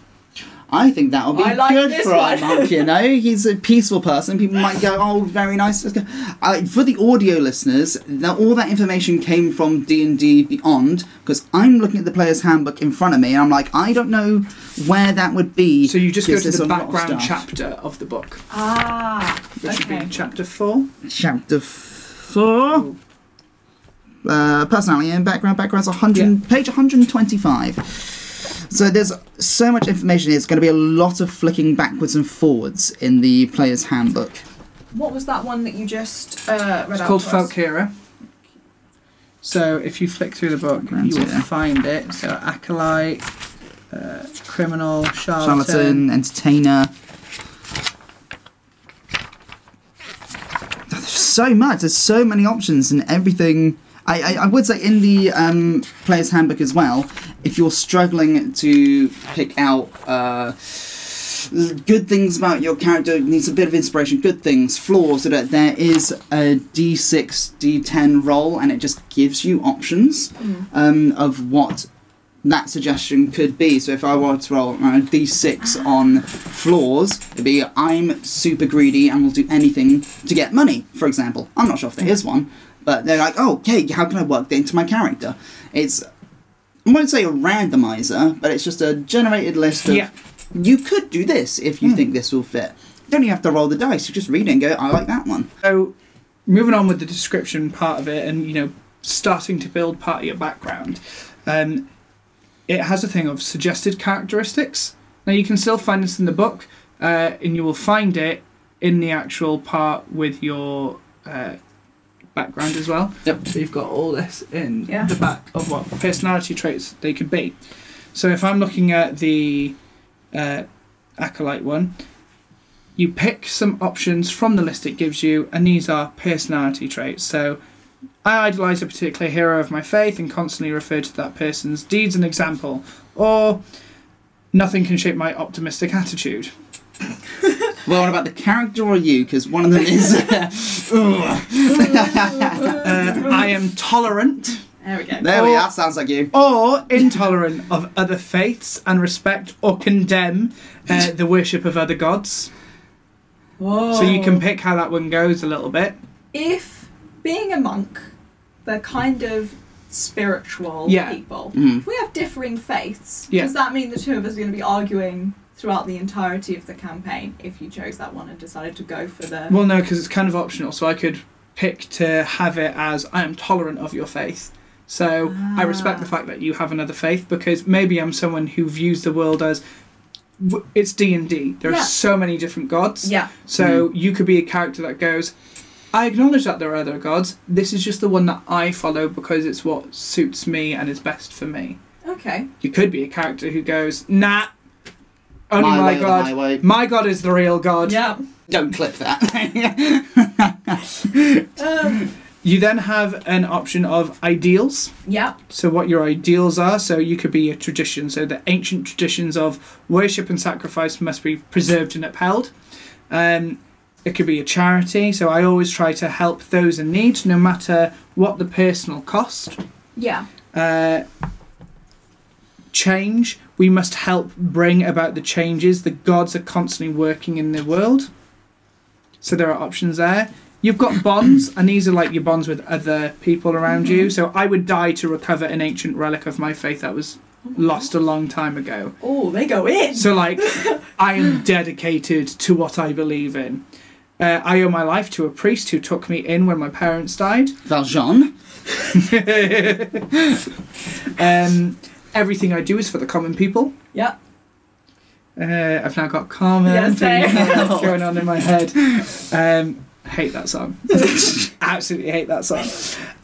Speaker 1: I think that'll be
Speaker 3: I like
Speaker 1: good
Speaker 3: this
Speaker 1: for our
Speaker 3: one.
Speaker 1: monk, you know? He's a peaceful person. People might go, oh, very nice. Let's go. Uh, for the audio listeners, now all that information came from D&D Beyond, because I'm looking at the player's handbook in front of me, and I'm like, I don't know where that would be.
Speaker 4: So you just go
Speaker 1: because
Speaker 4: to
Speaker 1: there's
Speaker 4: the
Speaker 1: a lot of
Speaker 4: background
Speaker 1: stuff.
Speaker 4: chapter of the book,
Speaker 3: Ah.
Speaker 4: which would
Speaker 3: okay.
Speaker 4: be chapter four.
Speaker 1: Chapter 4. Uh, personality and background. Background's 100, page 125. So there's so much information. here. It's going to be a lot of flicking backwards and forwards in the player's handbook.
Speaker 3: What was that one that you just uh, read
Speaker 4: It's
Speaker 3: out
Speaker 4: called
Speaker 3: to
Speaker 4: Folk
Speaker 3: us?
Speaker 4: Hero. So if you flick through the book,
Speaker 1: Grant
Speaker 4: you will
Speaker 1: it.
Speaker 4: find it. So acolyte, uh, criminal, charlatan.
Speaker 1: charlatan, entertainer. There's so much. There's so many options and everything. I, I, I would say in the um, player's handbook as well, if you're struggling to pick out uh, good things about your character, needs a bit of inspiration, good things, flaws, so that there is a d6, d10 roll and it just gives you options um, of what that suggestion could be. So if I were to roll a d6 on floors, it'd be I'm super greedy and will do anything to get money, for example. I'm not sure if there is one, but they're like, oh, okay, how can I work that into my character? It's, I won't say a randomizer, but it's just a generated list of
Speaker 4: Yeah. Hmm.
Speaker 1: you could do this if you think this will fit. You don't even have to roll the dice, you just read it and go, I like that one.
Speaker 4: So, moving on with the description part of it, and you know, starting to build part of your background, um, it has a thing of suggested characteristics. Now, you can still find this in the book, uh, and you will find it in the actual part with your uh, background as well.
Speaker 1: Yep.
Speaker 4: So you've got all this in
Speaker 3: Yeah.
Speaker 4: the back of what personality traits they could be. So if I'm looking at the uh, acolyte one, you pick some options from the list it gives you, and these are personality traits. So I idolize a particular hero of my faith and constantly refer to that person's deeds and example, or nothing can shape my optimistic attitude.
Speaker 1: Well, what about the character or you? Because one of them is. Ugh.
Speaker 4: Uh, I am tolerant.
Speaker 3: There we go.
Speaker 1: there
Speaker 4: Oh.
Speaker 1: we are, sounds like you.
Speaker 4: or intolerant of other faiths and respect or condemn uh, the worship of other gods.
Speaker 3: Whoa.
Speaker 4: So you can pick how that one goes a little bit.
Speaker 3: if being a monk, they're kind of spiritual
Speaker 4: Yeah.
Speaker 3: people.
Speaker 1: Mhm.
Speaker 3: If we have differing faiths,
Speaker 4: Yeah.
Speaker 3: does that mean the two of us are going to be arguing throughout the entirety of the campaign if you chose that one and decided to go for the.
Speaker 4: Well, no, because it's kind of optional. So I could pick to have it as I am tolerant of your faith. So I respect the
Speaker 3: Ah.
Speaker 4: fact that you have another faith because maybe I'm someone who views the world as w- it's D and D. There
Speaker 3: Yeah.
Speaker 4: are so many different gods.
Speaker 3: yeah.
Speaker 4: So you could be a character that goes, I acknowledge that there are other gods. This is just the one that I follow because it's what suits me and is best for me.
Speaker 3: Okay.
Speaker 4: You could be a character who goes, Nah, only
Speaker 1: My
Speaker 4: Oh my,
Speaker 1: way or the
Speaker 4: god.
Speaker 1: highway."
Speaker 4: My god is the real god.
Speaker 3: Yeah.
Speaker 1: Don't clip that.
Speaker 3: Um,
Speaker 4: You then have an option of ideals.
Speaker 3: yeah.
Speaker 4: So what your ideals are. So you could be a tradition. So the ancient traditions of worship and sacrifice must be preserved and upheld. Um, it could be a charity. So I always try to help those in need, no matter what the personal cost.
Speaker 3: Yeah.
Speaker 4: Uh, change. We must help bring about the changes. The gods are constantly working in the world. So there are options there. You've got bonds, and these are like your bonds with other people around you. So I would die to recover an ancient relic of my faith that was lost a long time ago.
Speaker 3: Oh, they go in.
Speaker 4: So, like, I am dedicated to what I believe in. Uh, I owe my life to a priest who took me in when my parents died.
Speaker 1: Valjean.
Speaker 4: um, everything I do is for the common people.
Speaker 3: yeah.
Speaker 4: Uh, I've now got Carmen
Speaker 3: Yeah, same.
Speaker 4: things going on in my head. Um, hate that song. Absolutely hate that song.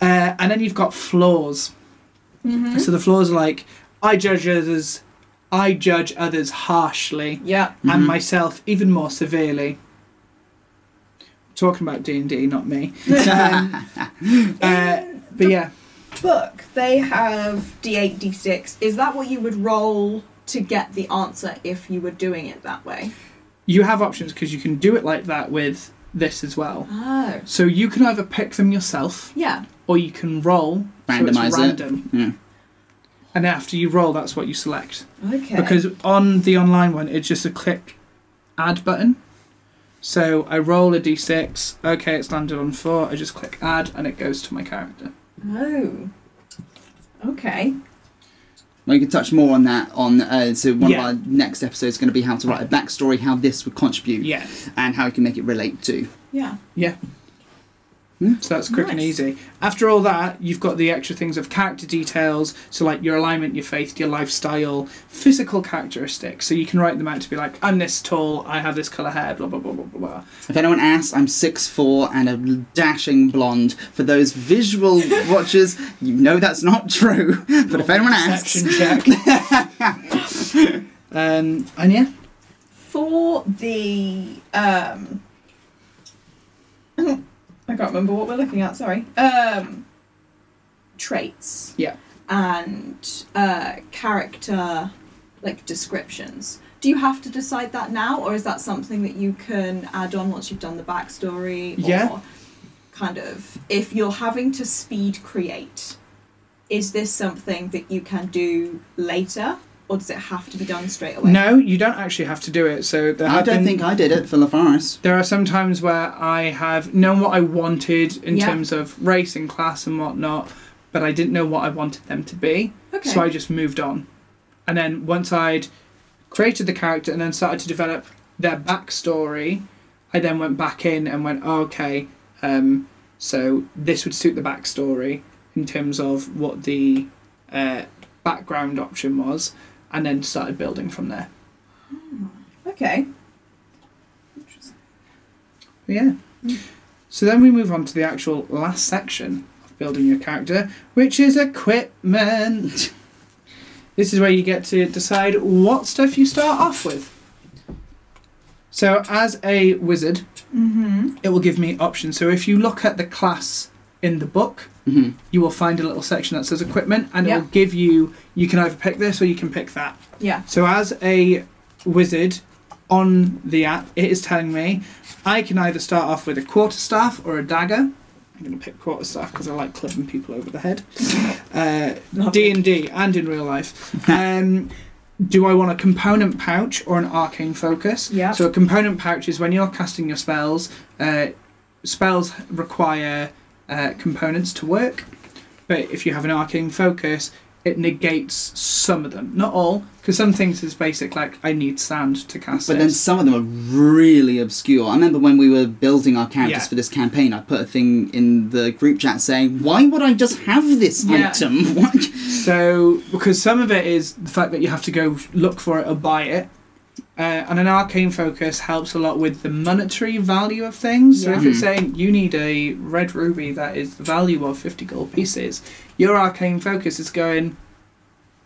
Speaker 4: Uh, and then you've got flaws.
Speaker 3: hmm
Speaker 4: So the flaws are like I judge others, I judge others harshly,
Speaker 3: Yeah.
Speaker 4: and
Speaker 1: Mhm.
Speaker 4: myself even more severely. Talking about D and D, not me. Um, Uh, but yeah,
Speaker 3: book, they have D8, D6. Is that what you would roll to get the answer if you were doing it that way?
Speaker 4: you have options because you can do it like that with this as well.
Speaker 3: Oh.
Speaker 4: So you can either pick them yourself,
Speaker 3: Yeah.
Speaker 4: or you can roll. so
Speaker 1: Randomise
Speaker 4: it's
Speaker 1: it.
Speaker 4: random.
Speaker 1: Yeah.
Speaker 4: and after you roll, that's what you select.
Speaker 3: Okay.
Speaker 4: Because on the online one, it's just a click add button. So I roll a d6. Okay, it's landed on four. I just click add, and it goes to my character.
Speaker 3: Oh. Okay.
Speaker 1: We can touch more on that on uh, so one
Speaker 4: Yeah.
Speaker 1: of our next episodes is going to be how to write a backstory, how this would contribute,
Speaker 4: Yeah,
Speaker 1: and how you can make it relate to.
Speaker 3: Yeah.
Speaker 4: so that's quick and
Speaker 3: Nice.
Speaker 4: easy. After all that, you've got the extra things of character details. So like your alignment, your faith, your lifestyle, physical characteristics. So you can write them out to be like, I'm this tall, I have this color hair, blah blah blah blah blah. blah.
Speaker 1: If anyone asks, I'm six four and a dashing blonde. For those visual watchers, you know that's not true. But if anyone asks,
Speaker 4: Perception check. um, and yeah,
Speaker 3: For the um I can't remember what we're looking at, sorry. Um traits.
Speaker 4: Yeah.
Speaker 3: And uh character like descriptions. Do you have to decide that now or is that something that you can add on once you've done the backstory
Speaker 4: Yeah.
Speaker 3: or kind of if you're having to speed create is this something that you can do later, or does it have to be done straight away?
Speaker 4: No, you don't actually have to do it. So there
Speaker 1: I
Speaker 4: have
Speaker 1: don't
Speaker 4: been-
Speaker 1: think I did it for LaFaris.
Speaker 4: there are some times where I have known what I wanted in
Speaker 3: Yeah.
Speaker 4: terms of race and class and whatnot, but I didn't know what I wanted them to be.
Speaker 3: Okay.
Speaker 4: So I just moved on. And then once I'd created the character and then started to develop their backstory, I then went back in and went, oh, okay, um, so this would suit the backstory in terms of what the uh, background option was, and then started building from there.
Speaker 3: okay.
Speaker 4: But yeah. So then we move on to the actual last section of building your character, which is equipment. This is where you get to decide what stuff you start off with. So, as a wizard,
Speaker 3: Mm-hmm.
Speaker 4: it will give me options. So, if you look at the class in the book,
Speaker 1: hmm
Speaker 4: you will find a little section that says equipment, and it
Speaker 3: Yeah.
Speaker 4: will give you you can either pick this or you can pick that.
Speaker 3: Yeah.
Speaker 4: So as a wizard on the app, it is telling me I can either start off with a quarterstaff or a dagger. I'm going to pick quarterstaff because I like clipping people over the head. Uh,
Speaker 3: Lovely.
Speaker 4: D and D and in real life. Um, do I want a component pouch or an arcane focus?
Speaker 3: Yeah.
Speaker 4: So a component pouch is when you're casting your spells. Uh, spells require uh, components to work, but if you have an arcane focus, it negates some of them, not all, because some things is basic. Like I need sand to cast.
Speaker 1: But
Speaker 4: it.
Speaker 1: then some of them are really obscure. I remember when we were building our characters
Speaker 4: Yeah.
Speaker 1: for this campaign, I put a thing in the group chat saying, "Why would I just have this
Speaker 3: Yeah.
Speaker 1: item? What?
Speaker 4: So, because some of it is the fact that you have to go look for it or buy it, uh, and an arcane focus helps a lot with the monetary value of things. So, if
Speaker 1: Yeah.
Speaker 4: it's
Speaker 1: Mhm.
Speaker 4: saying you need a red ruby that is the value of 50 gold pieces, your arcane focus is going,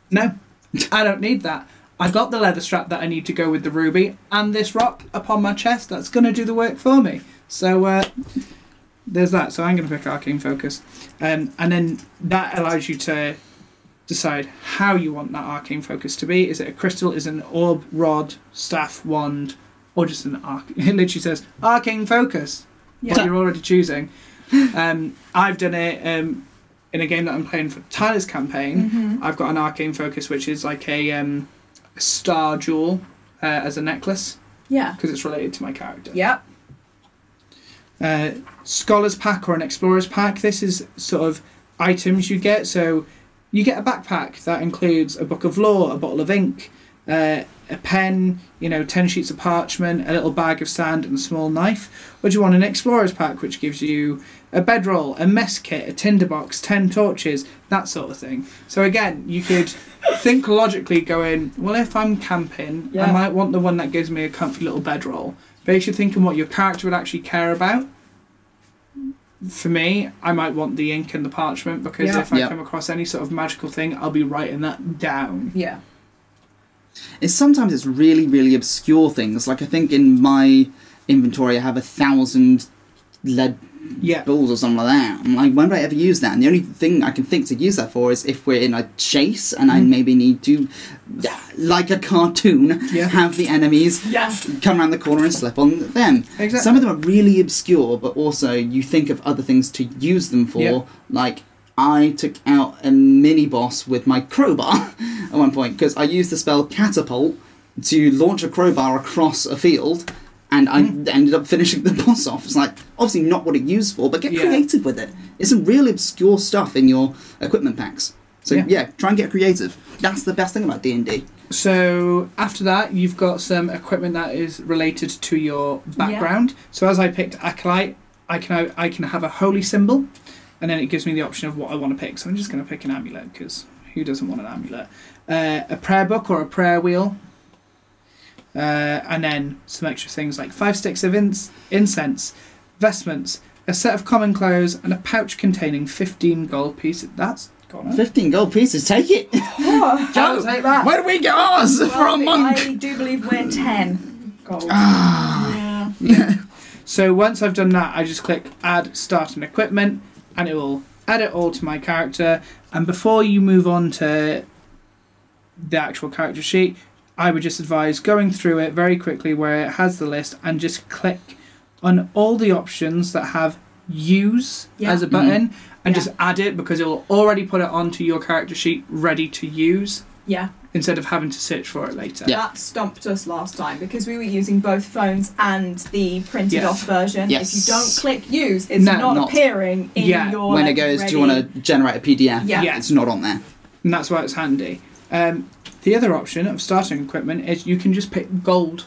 Speaker 4: no, I don't need that. I got the leather strap that I need to go with the ruby and this rock upon my chest that's going to do the work for me. So, uh, there's that. So, I'm going to pick arcane focus. Um, and then that allows you to decide how you want that arcane focus to be. Is it a crystal? Is it an orb, rod, staff, wand, or just an arc? It literally says arcane focus. Yeah.
Speaker 3: Yeah.
Speaker 4: you're already choosing. Um, I've done it um, in a game that I'm playing for Tyler's campaign.
Speaker 3: Mhm.
Speaker 4: I've got an arcane focus, which is like a um, star jewel uh, as a necklace
Speaker 3: Yeah.
Speaker 4: because it's related to my character.
Speaker 3: Yep.
Speaker 4: Uh, scholars pack or an explorers pack. This is sort of items you get. So you get a backpack that includes a book of law, a bottle of ink, uh, a pen, you know, ten sheets of parchment, a little bag of sand, and a small knife. Or do you want an explorers pack, which gives you a bedroll, a mess kit, a tinderbox, ten torches, that sort of thing. So again, you could think logically, going, well, if I'm camping, I
Speaker 3: Yeah.
Speaker 4: might want the one that gives me a comfy little bedroll. But if you're thinking what your character would actually care about, for me, I might want the ink and the parchment because
Speaker 3: Yeah.
Speaker 4: if I
Speaker 1: Yeah.
Speaker 4: come across any sort of magical thing, I'll be writing that down.
Speaker 3: Yeah.
Speaker 1: It's sometimes it's really really obscure things. Like I think in my inventory, I have a thousand lead
Speaker 4: Yeah.
Speaker 1: balls or something like that. I'm like, when would I ever use that? And the only thing I can think to use that for is if we're in a chase and I
Speaker 4: Mhm.
Speaker 1: maybe need to, like a cartoon,
Speaker 4: Yeah.
Speaker 1: have the enemies
Speaker 3: Yeah.
Speaker 1: come around the corner and slip on them.
Speaker 4: Exactly.
Speaker 1: Some of them are really obscure, but also you think of other things to use them for.
Speaker 4: Yeah.
Speaker 1: Like I took out a mini boss with my crowbar at one point because I used the spell catapult to launch a crowbar across a field, and I ended up finishing the boss off. It's like obviously not what it used for, but get
Speaker 4: Yeah.
Speaker 1: creative with it. It's some really obscure stuff in your equipment packs. So
Speaker 4: Yeah.
Speaker 1: yeah, try and get creative. That's the best thing about D and D.
Speaker 4: So after that, you've got some equipment that is related to your background. So as I picked acolyte, I can I can have a holy symbol, and then it gives me the option of what I want to pick. So I'm just going to pick an amulet because who doesn't want an amulet? Uh, a prayer book or a prayer wheel. Uh, and then some extra things like five sticks of in- incense, vestments, a set of common clothes, and a pouch containing 15 gold pieces. That's gone up.
Speaker 1: Fifteen gold pieces. Take it.
Speaker 3: Oh,
Speaker 1: Joe,
Speaker 4: I'll take that.
Speaker 1: Where do we get ours for
Speaker 3: well,
Speaker 1: a monk?
Speaker 3: I do believe we're ten gold.
Speaker 1: Ah.
Speaker 3: yeah.
Speaker 4: So once I've done that, I just click add start and equipment, and it will add it all to my character. And before you move on to the actual character sheet, I would just advise going through it very quickly where it has the list and just click on all the options that have use
Speaker 3: Yeah.
Speaker 4: as a button and
Speaker 3: Yeah.
Speaker 4: just add it because it will already put it onto your character sheet ready to use
Speaker 3: Yeah,
Speaker 4: instead of having to search for it later.
Speaker 1: Yeah.
Speaker 3: that stomped us last time because we were using both phones and the printed
Speaker 4: Yes.
Speaker 3: off version.
Speaker 1: Yes.
Speaker 3: If you don't click use, it's
Speaker 4: No,
Speaker 3: not,
Speaker 1: not-
Speaker 3: appearing in
Speaker 4: Yeah.
Speaker 3: your.
Speaker 1: When it
Speaker 3: like,
Speaker 1: goes, do you
Speaker 3: ready-
Speaker 1: want to generate a PDF?
Speaker 3: Yeah.
Speaker 4: Yeah.
Speaker 1: It's not on there.
Speaker 4: And that's why it's handy. Um, the other option of starting equipment is you can just pick gold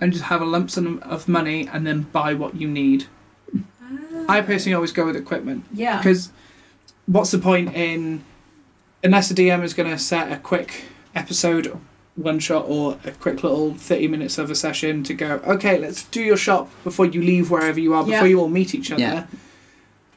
Speaker 4: and just have a lump sum of money and then buy what you need. I personally always go with equipment
Speaker 3: Ah. Yeah.
Speaker 4: because what's the point in unless the DM is going to set a quick episode one shot or a quick little 30 minutes of a session to go okay let's do your shop before you leave wherever you are
Speaker 3: Yeah.
Speaker 4: before you all meet each other
Speaker 1: Yeah.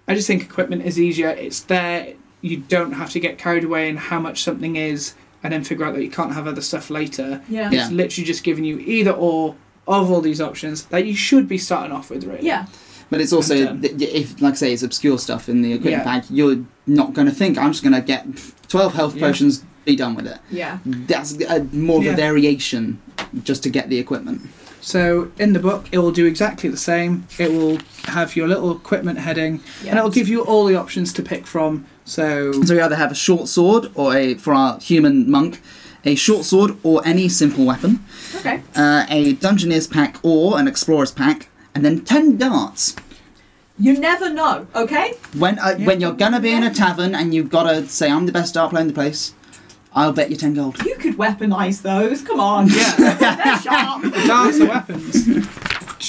Speaker 4: i just think equipment is easier it's there you don't have to get carried away in how much something is and then figure out that you can't have other stuff later
Speaker 3: Yeah.
Speaker 1: Yeah.
Speaker 4: it's literally just giving you either or of all these options that you should be starting off with really
Speaker 3: Yeah.
Speaker 1: But it's also,
Speaker 4: And, um,
Speaker 1: th- y- if, like I say, it's obscure stuff in the equipment
Speaker 4: Yeah.
Speaker 1: bag, you're not going to think, I'm just going to get 12 health
Speaker 4: Yeah.
Speaker 1: potions, be done with it.
Speaker 3: Yeah.
Speaker 1: That's uh more of
Speaker 4: Yeah.
Speaker 1: a variation just to get the equipment.
Speaker 4: So in the book, it will do exactly the same. It will have your little equipment heading, and it will give you all the options to pick from. So
Speaker 1: So we either have a short sword, or a, for our human monk, a short sword or any simple weapon,
Speaker 3: Okay.
Speaker 1: uh, a dungeoneer's pack or an explorer's pack, and then 10 darts.
Speaker 3: You never know, okay?
Speaker 1: When uh,
Speaker 4: Yeah.
Speaker 1: when you're gonna be in a tavern and you've gotta say I'm the best dart player in the place, I'll bet you ten gold.
Speaker 3: You could weaponize those. Come on.
Speaker 4: Yeah.
Speaker 3: They're sharp.
Speaker 4: that's the weapons. But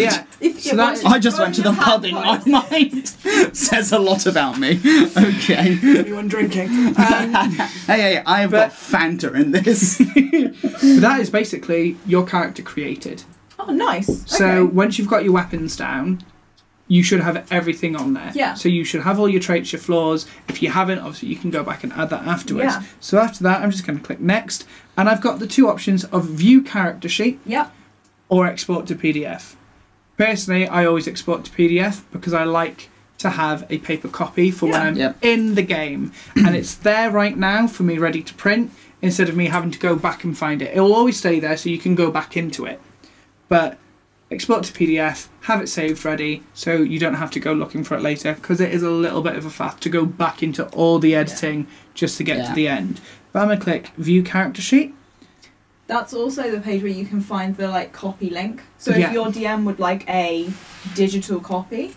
Speaker 4: yeah,
Speaker 3: If,
Speaker 4: So
Speaker 3: if
Speaker 4: that's-
Speaker 3: once
Speaker 1: I just
Speaker 3: you
Speaker 1: went to the
Speaker 3: throw your
Speaker 1: pub in my
Speaker 3: hand points-
Speaker 1: mind. Says a lot about me. Okay. Hey,
Speaker 4: anyone drinking. Um,
Speaker 1: hey, I have got
Speaker 4: But-
Speaker 1: Fanta in this.
Speaker 4: that is basically your character created.
Speaker 3: Oh, nice.
Speaker 4: So
Speaker 3: okay.
Speaker 4: once you've got your weapons down, you should have everything on there.
Speaker 3: Yeah.
Speaker 4: So you should have all your traits, your flaws. If you haven't, obviously you can go back and add that afterwards.
Speaker 3: Yeah.
Speaker 4: So after that, I'm just going to click next, and I've got the two options of view character sheet.
Speaker 3: Yep.
Speaker 4: or export to PDF. Personally, I always export to PDF because I like to have a paper copy for when
Speaker 3: Yeah.
Speaker 4: I'm
Speaker 1: Yep.
Speaker 4: in the game, and it's there right now for me, ready to print, instead of me having to go back and find it. It will always stay there, so you can go back into it. But export to PDF, have it saved ready, so you don't have to go looking for it later, because it is a little bit of a faff to go back into all the editing just to get
Speaker 1: Yeah.
Speaker 4: to the end. But I'm gonna click View Character Sheet.
Speaker 3: That's also the page where you can find the like copy link. So
Speaker 4: Yeah.
Speaker 3: if your DM would like a digital copy,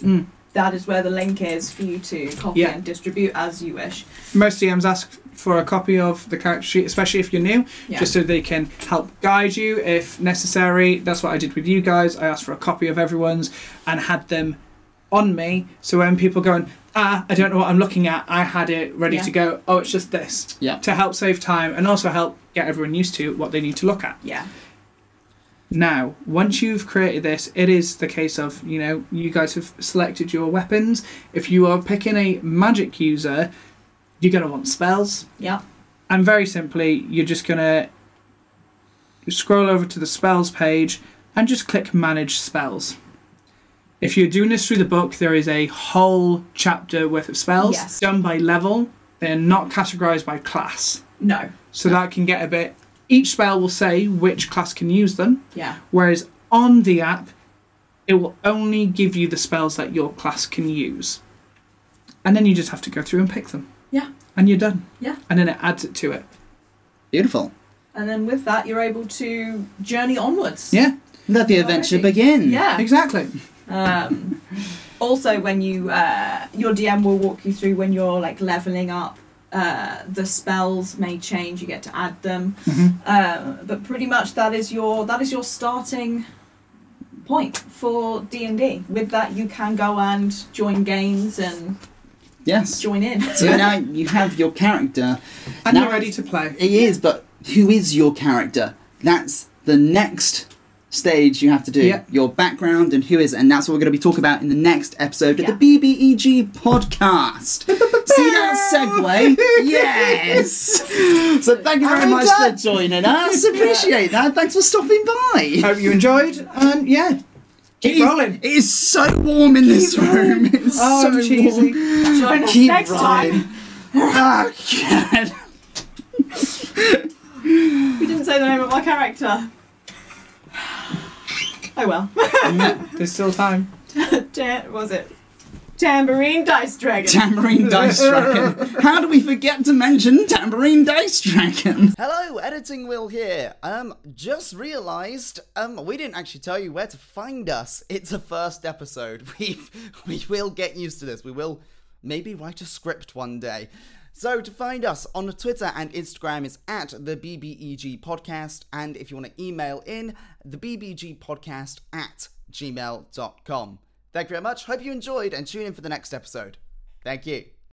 Speaker 4: Mm.
Speaker 3: that is where the link is for you to copy
Speaker 4: Yeah.
Speaker 3: and distribute as you wish.
Speaker 4: Most DMs ask for a copy of the character sheet, especially if you're new,
Speaker 3: Yeah.
Speaker 4: just so they can help guide you if necessary. That's what I did with you guys. I asked for a copy of everyone's and had them on me. So when people going, ah, I don't know what I'm looking at, I had it ready
Speaker 3: Yeah.
Speaker 4: to go. Oh, it's just this.
Speaker 1: Yeah.
Speaker 4: To help save time and also help get everyone used to what they need to look at.
Speaker 3: yeah.
Speaker 4: Now, once you've created this, it is the case of, you know, you guys have selected your weapons. If you are picking a magic user, you're going to want spells.
Speaker 3: Yeah.
Speaker 4: And very simply, you're just going to scroll over to the spells page and just click manage spells. If you're doing this through the book, there is a whole chapter worth of spells
Speaker 3: Yes.
Speaker 4: done by level. They're not categorized by class.
Speaker 3: No.
Speaker 4: So that can get a bit. Each spell will say which class can use them.
Speaker 3: Yeah.
Speaker 4: Whereas on the app, it will only give you the spells that your class can use. And then you just have to go through and pick them.
Speaker 3: Yeah.
Speaker 4: And you're done.
Speaker 3: Yeah.
Speaker 4: And then it adds it to it.
Speaker 1: Beautiful.
Speaker 3: And then with that, you're able to journey onwards.
Speaker 4: Yeah,
Speaker 1: Let the adventure
Speaker 3: Alrighty.
Speaker 1: begin.
Speaker 3: Yeah.
Speaker 4: exactly.
Speaker 3: Um, also, when you uh, your DM will walk you through when you're like leveling up. Uh, the spells may change. You get to add them,
Speaker 4: Mhm.
Speaker 3: um, but pretty much that is your that is your starting point for D and D. With that, you can go and join games and
Speaker 1: Yes.
Speaker 3: join in.
Speaker 1: So now you have your character.
Speaker 4: And
Speaker 1: Now-
Speaker 4: you're ready to play.
Speaker 1: It is, but who is your character? That's the next stage you have to do.
Speaker 4: Yeah.
Speaker 1: Your background and who is it. And that's what we're going to be talking about in the next episode
Speaker 3: Yeah.
Speaker 1: of the BBEG podcast. See that segue? yes! So thank you very
Speaker 4: And we're
Speaker 1: much
Speaker 4: done.
Speaker 1: for joining us. Appreciate that. Thanks for stopping by.
Speaker 4: Hope you enjoyed. And yeah,
Speaker 1: It
Speaker 4: keep
Speaker 1: is-
Speaker 4: rolling.
Speaker 1: It is so warm in this room. It's
Speaker 4: Oh,
Speaker 1: so
Speaker 4: cheesy.
Speaker 1: warm.
Speaker 3: join us
Speaker 1: Keep
Speaker 3: next
Speaker 1: rolling.
Speaker 3: time.
Speaker 1: Oh, God.
Speaker 3: We didn't say the name of my character. Oh well.
Speaker 4: There's still time.
Speaker 3: Ta- was it tambourine dice dragon?
Speaker 5: Tambourine Dice Dragon. How do we forget to mention Tambourine Dice Dragon?
Speaker 1: Hello, Editing Will here. Um, just realised um we didn't actually tell you where to find us. It's a first episode. We we will get used to this. We will maybe write a script one day. So to find us on Twitter and Instagram is at the BBEG Podcast, and if you want to email in, the BBG Podcast at gmail.com. Thank you very much. Hope you enjoyed and tune in for the next episode. Thank you.